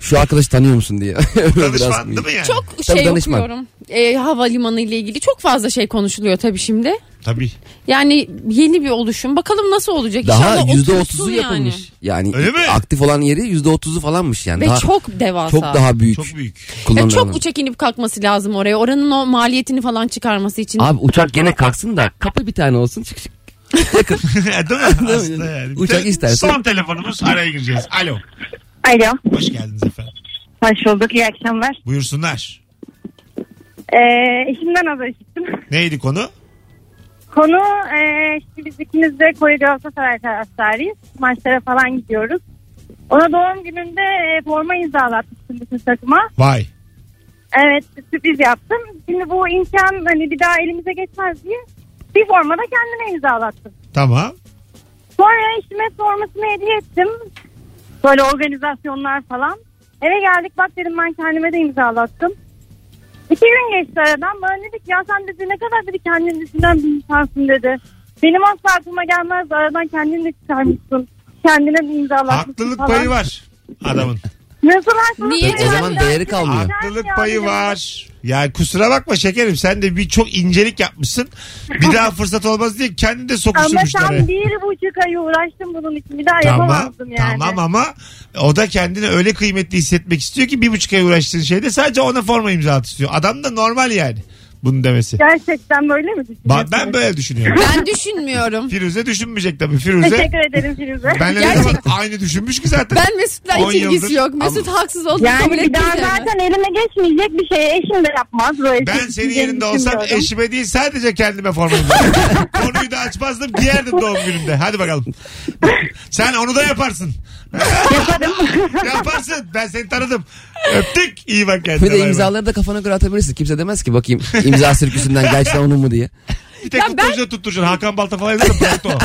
[SPEAKER 4] Şu arkadaşı tanıyor musun diye. Biraz-
[SPEAKER 2] Danışmandı mı yani?
[SPEAKER 3] Çok
[SPEAKER 4] Tabii
[SPEAKER 3] şey
[SPEAKER 4] danışman.
[SPEAKER 3] okuyorum. E, havalimanı ile ilgili çok fazla şey konuşuluyor tabii şimdi.
[SPEAKER 2] Tabii.
[SPEAKER 3] Yani yeni bir oluşum. Bakalım nasıl olacak?
[SPEAKER 4] Daha
[SPEAKER 3] İnşallah
[SPEAKER 4] yüzde
[SPEAKER 3] otursun
[SPEAKER 4] otuzu yapılmış. Yani,
[SPEAKER 2] Öyle mi?
[SPEAKER 4] aktif olan yeri yüzde otuzu falanmış yani.
[SPEAKER 3] Ve
[SPEAKER 4] daha, çok,
[SPEAKER 3] çok devasa.
[SPEAKER 4] daha büyük.
[SPEAKER 2] Çok büyük.
[SPEAKER 3] Ya
[SPEAKER 4] kullanılan alan.
[SPEAKER 3] çok uçak inip kalkması lazım oraya. Oranın o maliyetini falan çıkarması için.
[SPEAKER 4] Abi uçak gene kalksın da kapı bir tane olsun çık çık.
[SPEAKER 2] Değil mi? Aslında yani. Bir
[SPEAKER 4] Uçak
[SPEAKER 2] te-
[SPEAKER 4] isterse-
[SPEAKER 2] Son telefonumuz araya gireceğiz. Alo.
[SPEAKER 9] Alo.
[SPEAKER 2] Hoş geldiniz efendim.
[SPEAKER 9] Hoş bulduk. İyi akşamlar.
[SPEAKER 2] Buyursunlar.
[SPEAKER 9] Ee, işimden az işittim.
[SPEAKER 2] Neydi konu?
[SPEAKER 9] Konu e, şimdi biz ikimiz de Koyu Galatasaray taraftarıyız. Maçlara falan gidiyoruz. Ona doğum gününde e, forma imzalatmıştım bütün takıma.
[SPEAKER 2] Vay.
[SPEAKER 9] Evet sürpriz yaptım. Şimdi bu imkan hani bir daha elimize geçmez diye bir forma da kendime imzalattım.
[SPEAKER 2] Tamam.
[SPEAKER 9] Sonra eşime formasını hediye ettim. Böyle organizasyonlar falan. Eve geldik bak dedim ben kendime de imzalattım. İki gün geçti aradan. Bana dedi ki ya sen dedi ne kadar dedi kendini düşünen bir insansın dedi. Benim asla aklıma gelmezdi aradan kendini de çıkarmışsın. Kendine bir imzalatmışsın
[SPEAKER 2] Haklılık
[SPEAKER 9] falan.
[SPEAKER 2] payı var adamın.
[SPEAKER 9] Nasıl haklılık
[SPEAKER 3] Niye
[SPEAKER 9] payı
[SPEAKER 4] O
[SPEAKER 9] var?
[SPEAKER 4] zaman değeri kalmıyor.
[SPEAKER 2] Haklılık payı var. Ya kusura bakma şekerim sen de bir çok incelik yapmışsın. Bir daha fırsat olmaz diye kendini de
[SPEAKER 9] Ama
[SPEAKER 2] sokuşturmuşlar.
[SPEAKER 9] tam
[SPEAKER 2] araya.
[SPEAKER 9] bir buçuk ay uğraştım bunun için. Bir daha yapamazdım yani.
[SPEAKER 2] Tamam ama o da kendini öyle kıymetli hissetmek istiyor ki bir buçuk ay uğraştığın şeyde sadece ona forma imza at istiyor. Adam da normal yani bunu demesi.
[SPEAKER 9] Gerçekten böyle mi
[SPEAKER 2] Ben,
[SPEAKER 9] düşünüyorsunuz?
[SPEAKER 2] ben böyle düşünüyorum.
[SPEAKER 3] Ben düşünmüyorum.
[SPEAKER 2] Firuze düşünmeyecek tabii. Firuze
[SPEAKER 9] Teşekkür ederim Firuze.
[SPEAKER 2] benle ne
[SPEAKER 3] Gerçek-
[SPEAKER 2] zaman aynı düşünmüş ki zaten.
[SPEAKER 3] Ben Mesut'la
[SPEAKER 2] On
[SPEAKER 3] hiç ilgisi
[SPEAKER 2] yıldır-
[SPEAKER 3] yok. Mesut haksız olduğunu kabul
[SPEAKER 9] Yani bir daha
[SPEAKER 3] etmeyeceğim.
[SPEAKER 9] zaten elime geçmeyecek bir şey eşim de yapmaz. Böyle
[SPEAKER 2] Ben
[SPEAKER 9] şey
[SPEAKER 2] senin
[SPEAKER 9] diyeceğini
[SPEAKER 2] yerinde olsam
[SPEAKER 9] düşünmüyorum.
[SPEAKER 2] eşime değil sadece kendime forma imza atardım. Konuyu da açmazdım giyerdim doğum günümde. Hadi bakalım. Sen onu da yaparsın.
[SPEAKER 9] Yaparım.
[SPEAKER 2] Yaparsın. Ben seni tanıdım. Öptük. İyi bak kendine.
[SPEAKER 4] Bir de
[SPEAKER 2] Bay bay.
[SPEAKER 4] imzaları da kafana göre atabilirsin. Kimse demez ki bakayım imza sirküsünden gerçekten onun mu diye.
[SPEAKER 2] Bir tek
[SPEAKER 3] Ya ben-
[SPEAKER 2] tutturacaksın tutturacaksın. Hakan Balta falan yazarsa bıraktı o.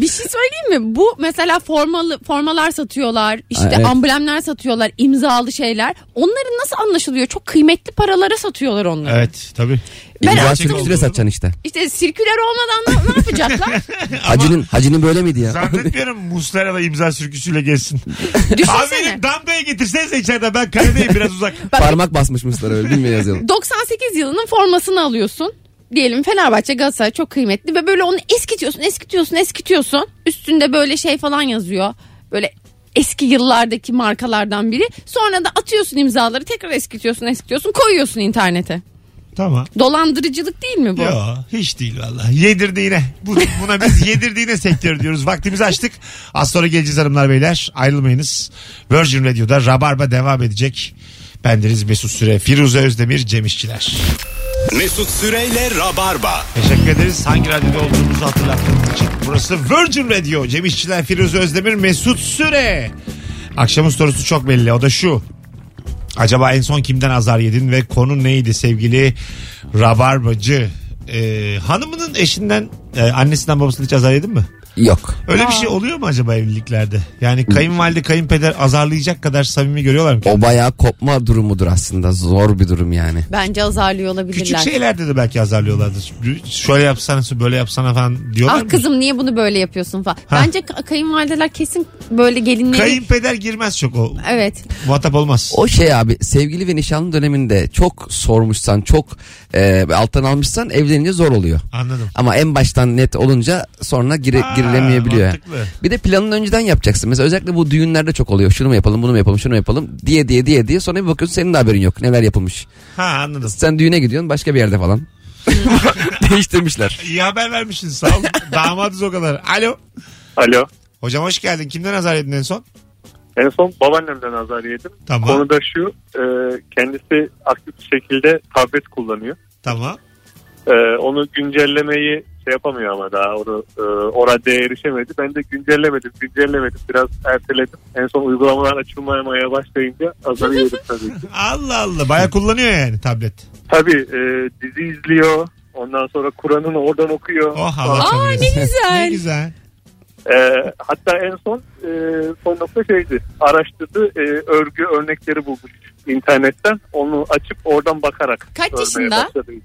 [SPEAKER 3] Bir şey söyleyeyim mi? Bu mesela formalı formalar satıyorlar, işte
[SPEAKER 4] Ha, evet.
[SPEAKER 3] amblemler satıyorlar, imzalı şeyler. Onların nasıl anlaşılıyor? Çok kıymetli paralara satıyorlar onları.
[SPEAKER 2] Evet tabii.
[SPEAKER 3] Ben
[SPEAKER 4] İmza
[SPEAKER 2] gerçek
[SPEAKER 4] sirküsüyle
[SPEAKER 2] olduğunu-
[SPEAKER 4] satacaksın işte.
[SPEAKER 3] İşte sirküler olmadan ne, ne yapacaklar?
[SPEAKER 4] Hacının, hacının böyle miydi ya?
[SPEAKER 2] Zannetmiyorum Muslera da imza sürküsüyle gezsin. Abi
[SPEAKER 3] Düşünsene.
[SPEAKER 2] benim damgayı getirseniz içeride ben karedeyim biraz uzak.
[SPEAKER 4] Parmak basmış mıslar öyle bilmiyor yazıyorum.
[SPEAKER 3] 98 yılının formasını alıyorsun. Diyelim Fenerbahçe Galatasaray çok kıymetli ve böyle onu eskitiyorsun, eskitiyorsun, eskitiyorsun. Üstünde böyle şey falan yazıyor. Böyle eski yıllardaki markalardan biri. Sonra da atıyorsun imzaları tekrar eskitiyorsun, eskitiyorsun, koyuyorsun internete.
[SPEAKER 2] Tamam.
[SPEAKER 3] Dolandırıcılık değil mi bu?
[SPEAKER 2] Yo, hiç değil vallahi. Yedirdiğine. Bu, buna biz yedirdiğine sektör diyoruz. Vaktimizi açtık. Az sonra geleceğiz hanımlar beyler. Ayrılmayınız. Virgin Radio'da Rabarba devam edecek. Bendeniz Mesut Süre, Firuze Özdemir, Cem İşçiler.
[SPEAKER 1] Mesut Süreyle Rabarba.
[SPEAKER 2] Teşekkür ederiz. Hangi radyoda olduğumuzu hatırlattığınız için. Burası Virgin Radio. Cem İşçiler, Firuze Özdemir, Mesut Süre. Akşamın sorusu çok belli. O da şu. Acaba en son kimden azar yedin ve konu neydi sevgili Rabarbacı? Ee, hanımının eşinden, e, annesinden babasından hiç azar yedin mi?
[SPEAKER 4] Yok.
[SPEAKER 2] Öyle bir şey oluyor mu acaba evliliklerde? Yani kayınvalide, kayınpeder azarlayacak kadar samimi görüyorlar mı?
[SPEAKER 4] O bayağı kopma durumudur aslında. Zor bir durum yani.
[SPEAKER 3] Bence azarlıyor olabilirler. Ah,
[SPEAKER 2] Küçük şey şeylerde de belki azarlıyorlardır. Şöyle yapsana, böyle yapsana falan diyorlar
[SPEAKER 3] Ah
[SPEAKER 2] mı?
[SPEAKER 3] kızım niye bunu böyle yapıyorsun falan. Bence ka- kayınvalideler kesin böyle gelinleri...
[SPEAKER 2] Kayınpeder girmez çok o
[SPEAKER 3] Evet.
[SPEAKER 2] Muhatap olmaz.
[SPEAKER 4] O şey abi sevgili ve nişanlı döneminde çok sormuşsan çok e, alttan almışsan evlenince zor oluyor.
[SPEAKER 2] Anladım.
[SPEAKER 4] Ama en baştan net olunca sonra gire,
[SPEAKER 2] Aa,
[SPEAKER 4] girilemeyebiliyor. yani.
[SPEAKER 2] mantıklı.
[SPEAKER 4] Bir de planını önceden yapacaksın. Mesela özellikle bu düğünlerde çok oluyor. Şunu mu yapalım, bunu mu yapalım, şunu mu yapalım diye diye diye diye. Sonra bir bakıyorsun senin de haberin yok. Neler yapılmış.
[SPEAKER 2] Ha anladım.
[SPEAKER 4] Sen düğüne gidiyorsun başka bir yerde falan. Değiştirmişler.
[SPEAKER 2] İyi haber vermişsin sağ ol. Damadız o kadar. Alo.
[SPEAKER 5] Alo.
[SPEAKER 2] Hocam hoş geldin. Kimden azar yedin en son?
[SPEAKER 5] En son babaannemden azar yedim.
[SPEAKER 2] Tamam.
[SPEAKER 5] Konu da şu. e, kendisi aktif bir şekilde tablet kullanıyor.
[SPEAKER 2] Tamam.
[SPEAKER 5] E, onu güncellemeyi şey yapamıyor ama daha onu e, o raddeye erişemedi. Ben de güncellemedim, güncellemedim. Biraz erteledim. En son uygulamalar açılmamaya başlayınca azarı yedim tabii ki.
[SPEAKER 2] Allah Allah. Baya kullanıyor yani tablet.
[SPEAKER 5] Tabii e, dizi izliyor. Ondan sonra Kur'an'ını oradan okuyor.
[SPEAKER 2] Oh Allah
[SPEAKER 3] Aa
[SPEAKER 2] kabul
[SPEAKER 3] ne
[SPEAKER 2] etsin. Ne
[SPEAKER 3] güzel.
[SPEAKER 2] güzel.
[SPEAKER 5] E, hatta en son e, son nokta şeydi. Araştırdı. e, örgü örnekleri bulmuş internetten. Onu açıp oradan bakarak
[SPEAKER 3] Kaç
[SPEAKER 5] örmeye
[SPEAKER 3] yaşında?
[SPEAKER 5] başladıydı.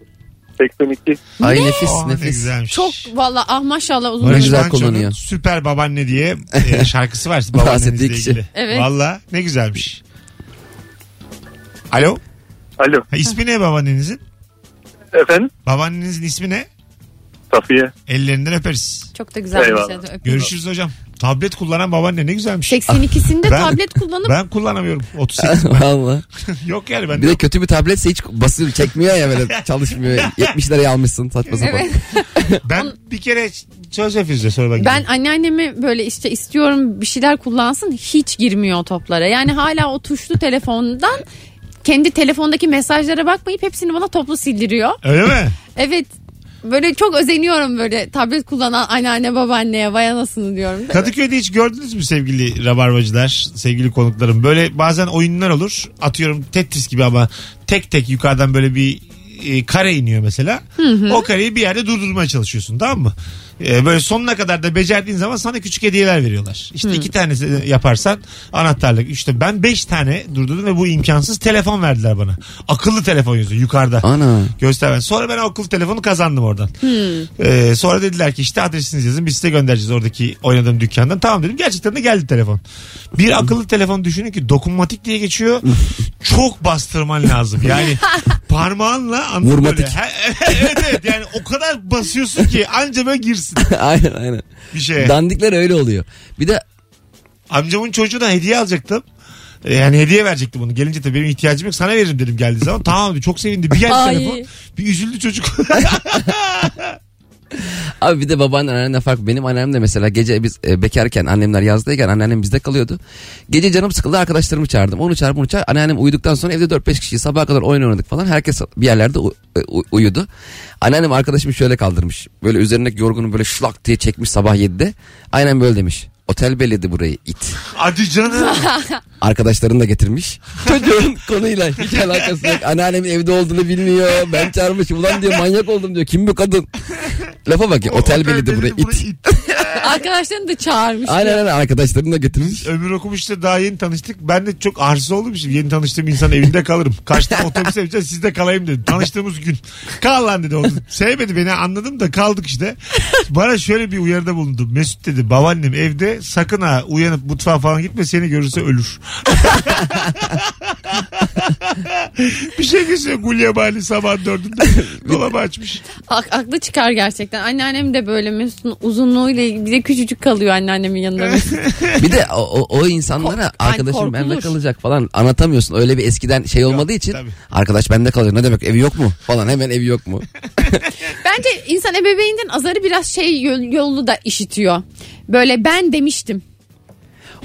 [SPEAKER 7] 82.
[SPEAKER 4] Ay nefis
[SPEAKER 2] Oh, ne
[SPEAKER 4] nefis.
[SPEAKER 2] güzelmiş.
[SPEAKER 3] Çok valla ah maşallah uzun.
[SPEAKER 4] Ne
[SPEAKER 2] Barış
[SPEAKER 4] güzel
[SPEAKER 2] Manço'nun
[SPEAKER 4] kullanıyor.
[SPEAKER 2] Süper babaanne diye e, şarkısı var. Babaannenizle
[SPEAKER 4] Bahsettiği kişi.
[SPEAKER 2] ilgili.
[SPEAKER 3] Evet.
[SPEAKER 2] Valla ne güzelmiş. Alo.
[SPEAKER 7] Alo.
[SPEAKER 2] Ha, ismi ne babaannenizin?
[SPEAKER 7] Efendim?
[SPEAKER 2] Babaannenizin ismi ne?
[SPEAKER 7] Safiye.
[SPEAKER 2] Ellerinden öperiz.
[SPEAKER 3] Çok da güzel bir
[SPEAKER 7] Eyvallah.
[SPEAKER 3] şey. Öpüyorum.
[SPEAKER 2] Görüşürüz hocam. Tablet kullanan babaanne ne güzelmiş.
[SPEAKER 3] 82'sinde
[SPEAKER 2] Ah, Ben-
[SPEAKER 3] tablet kullanıp
[SPEAKER 2] Ben kullanamıyorum. 38.
[SPEAKER 4] Valla.
[SPEAKER 2] Yok yani ben.
[SPEAKER 4] Bir de kötü bir tabletse hiç basıyor çekmiyor ya böyle çalışmıyor. 70 liraya almışsın saçma sapan.
[SPEAKER 3] Evet.
[SPEAKER 2] Ben bir kere söz efizle sonra ben.
[SPEAKER 3] Ben
[SPEAKER 2] Ben
[SPEAKER 3] anneannemi böyle işte istiyorum bir şeyler kullansın hiç girmiyor o toplara. Yani hala o tuşlu telefondan kendi telefondaki mesajlara bakmayıp hepsini bana toplu sildiriyor.
[SPEAKER 2] Öyle mi?
[SPEAKER 3] Evet böyle çok özeniyorum böyle tablet kullanan anneanne babaanneye vay anasını diyorum.
[SPEAKER 2] Kadıköy'de hiç gördünüz mü sevgili rabarbacılar, sevgili konuklarım? Böyle bazen oyunlar olur. Atıyorum Tetris gibi ama tek tek yukarıdan böyle bir e, kare iniyor mesela. O kareyi bir yerde durdurmaya çalışıyorsun tamam mı? E, böyle sonuna kadar da becerdiğin zaman sana küçük hediyeler veriyorlar. İşte iki tanesi yaparsan anahtarlık. İşte ben beş tane durdurdum ve bu imkansız telefon verdiler bana. Akıllı telefon yüzü yukarıda.
[SPEAKER 4] Ana.
[SPEAKER 2] Göstermen. Sonra ben okul telefonu kazandım oradan. Ee, sonra dediler ki işte adresinizi yazın biz size göndereceğiz oradaki oynadığım dükkandan. Tamam dedim gerçekten de geldi telefon. Bir akıllı telefon düşünün ki dokunmatik diye geçiyor. Çok bastırman lazım. Yani parmağınla anladın
[SPEAKER 4] Vurmatik.
[SPEAKER 2] böyle. Ha, evet evet yani o kadar basıyorsun ki anca böyle girsin
[SPEAKER 4] aynen aynen.
[SPEAKER 2] bir şeye.
[SPEAKER 4] Dandikler öyle oluyor. Bir de
[SPEAKER 2] Amcamın çocuğuna hediye alacaktım. Ee, Yani hediye verecektim bunu. Gelince tabii benim ihtiyacım yok. Sana veririm dedim geldiği zaman. Tamam dedi. Çok sevindi. Bir geldi
[SPEAKER 3] Ay.
[SPEAKER 2] telefon. Bir üzüldü çocuk.
[SPEAKER 4] Abi bir de babaanne anneanne fark. Benim annem de mesela gece biz e, bekarken annemler yazdayken anneannem bizde kalıyordu. Gece canım sıkıldı arkadaşlarımı çağırdım. Onu çağır bunu çağır. Anneannem uyuduktan sonra evde 4-5 kişi sabaha kadar oyun oynadık falan. Herkes bir yerlerde u- e, u- uyudu. Anneannem arkadaşımı şöyle kaldırmış. Böyle üzerindeki yorgunu böyle şlak diye çekmiş sabah 7'de. Aynen böyle demiş. Otel belledi burayı it.
[SPEAKER 2] Hadi canım.
[SPEAKER 4] Arkadaşlarını da getirmiş. Çocuğun konuyla hiç alakası yok. Anneannemin evde olduğunu bilmiyor. Ben çağırmışım. Ulan diyor manyak oldum diyor. Kim bu kadın? Lafa bak ya. Otel, belledi burayı it.
[SPEAKER 3] Arkadaşlarını da çağırmış.
[SPEAKER 4] Aynen aynen arkadaşlarını da getirmiş.
[SPEAKER 2] Ömür okumuşta daha yeni tanıştık. Ben de çok arsız olmuşum. Yeni tanıştığım insan evinde kalırım. Kaçtım otobüse bineceğiz sizde kalayım dedim. Tanıştığımız gün. Kal lan dedi oldu. Sevmedi beni anladım da kaldık işte. Bana şöyle bir uyarıda bulundu. Mesut dedi babaannem evde sakın ha uyanıp mutfağa falan gitme seni görürse ölür. bir şey geçiyor Gulyabani sabah dördünde dolabı açmış.
[SPEAKER 3] Ak- aklı çıkar gerçekten. Anneannem de böyle Mesut'un uzunluğuyla ilgili bir de küçücük kalıyor anneannemin yanında. Mesut.
[SPEAKER 4] Bir de o, o, o insanlara arkadaşım
[SPEAKER 3] korkulur.
[SPEAKER 4] bende kalacak falan anlatamıyorsun. Öyle bir eskiden şey olmadığı için
[SPEAKER 2] tabii.
[SPEAKER 4] arkadaş bende kalacak ne demek evi yok mu falan hemen evi yok mu?
[SPEAKER 3] Bence insan ebeveynden azarı biraz şey yol- yollu da işitiyor. Böyle ben demiştim.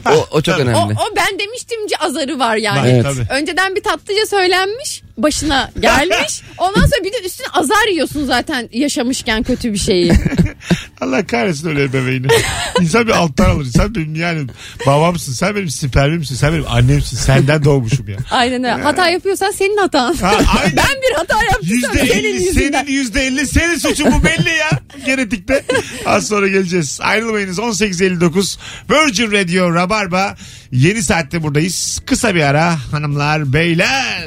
[SPEAKER 4] O, o çok
[SPEAKER 2] tabii.
[SPEAKER 3] O,
[SPEAKER 4] önemli.
[SPEAKER 3] o ben demiştimci azarı var yani.
[SPEAKER 2] Bak,
[SPEAKER 4] Evet.
[SPEAKER 2] tabii.
[SPEAKER 3] Önceden bir tatlıca söylenmiş, başına gelmiş. Ondan sonra bir de üstüne azar yiyorsun zaten yaşamışken kötü bir şeyi.
[SPEAKER 2] Allah kahretsin öyle ebeveynini. İnsan bir alttan alır. Sen benim yani babamsın. Sen benim spermimsin. Sen benim annemsin. Senden doğmuşum ya.
[SPEAKER 3] Aynen öyle. Hata yapıyorsan senin hatan.
[SPEAKER 2] Ha, aynen.
[SPEAKER 3] ben bir hata yaptıysam
[SPEAKER 2] Yüzde
[SPEAKER 3] senin
[SPEAKER 2] elli
[SPEAKER 3] yüzünden.
[SPEAKER 2] senin yüzde elli senin suçun bu belli ya genetikte. Az sonra geleceğiz. Ayrılmayınız 18.59 Virgin Radio Rabarba yeni saatte buradayız. Kısa bir ara hanımlar beyler.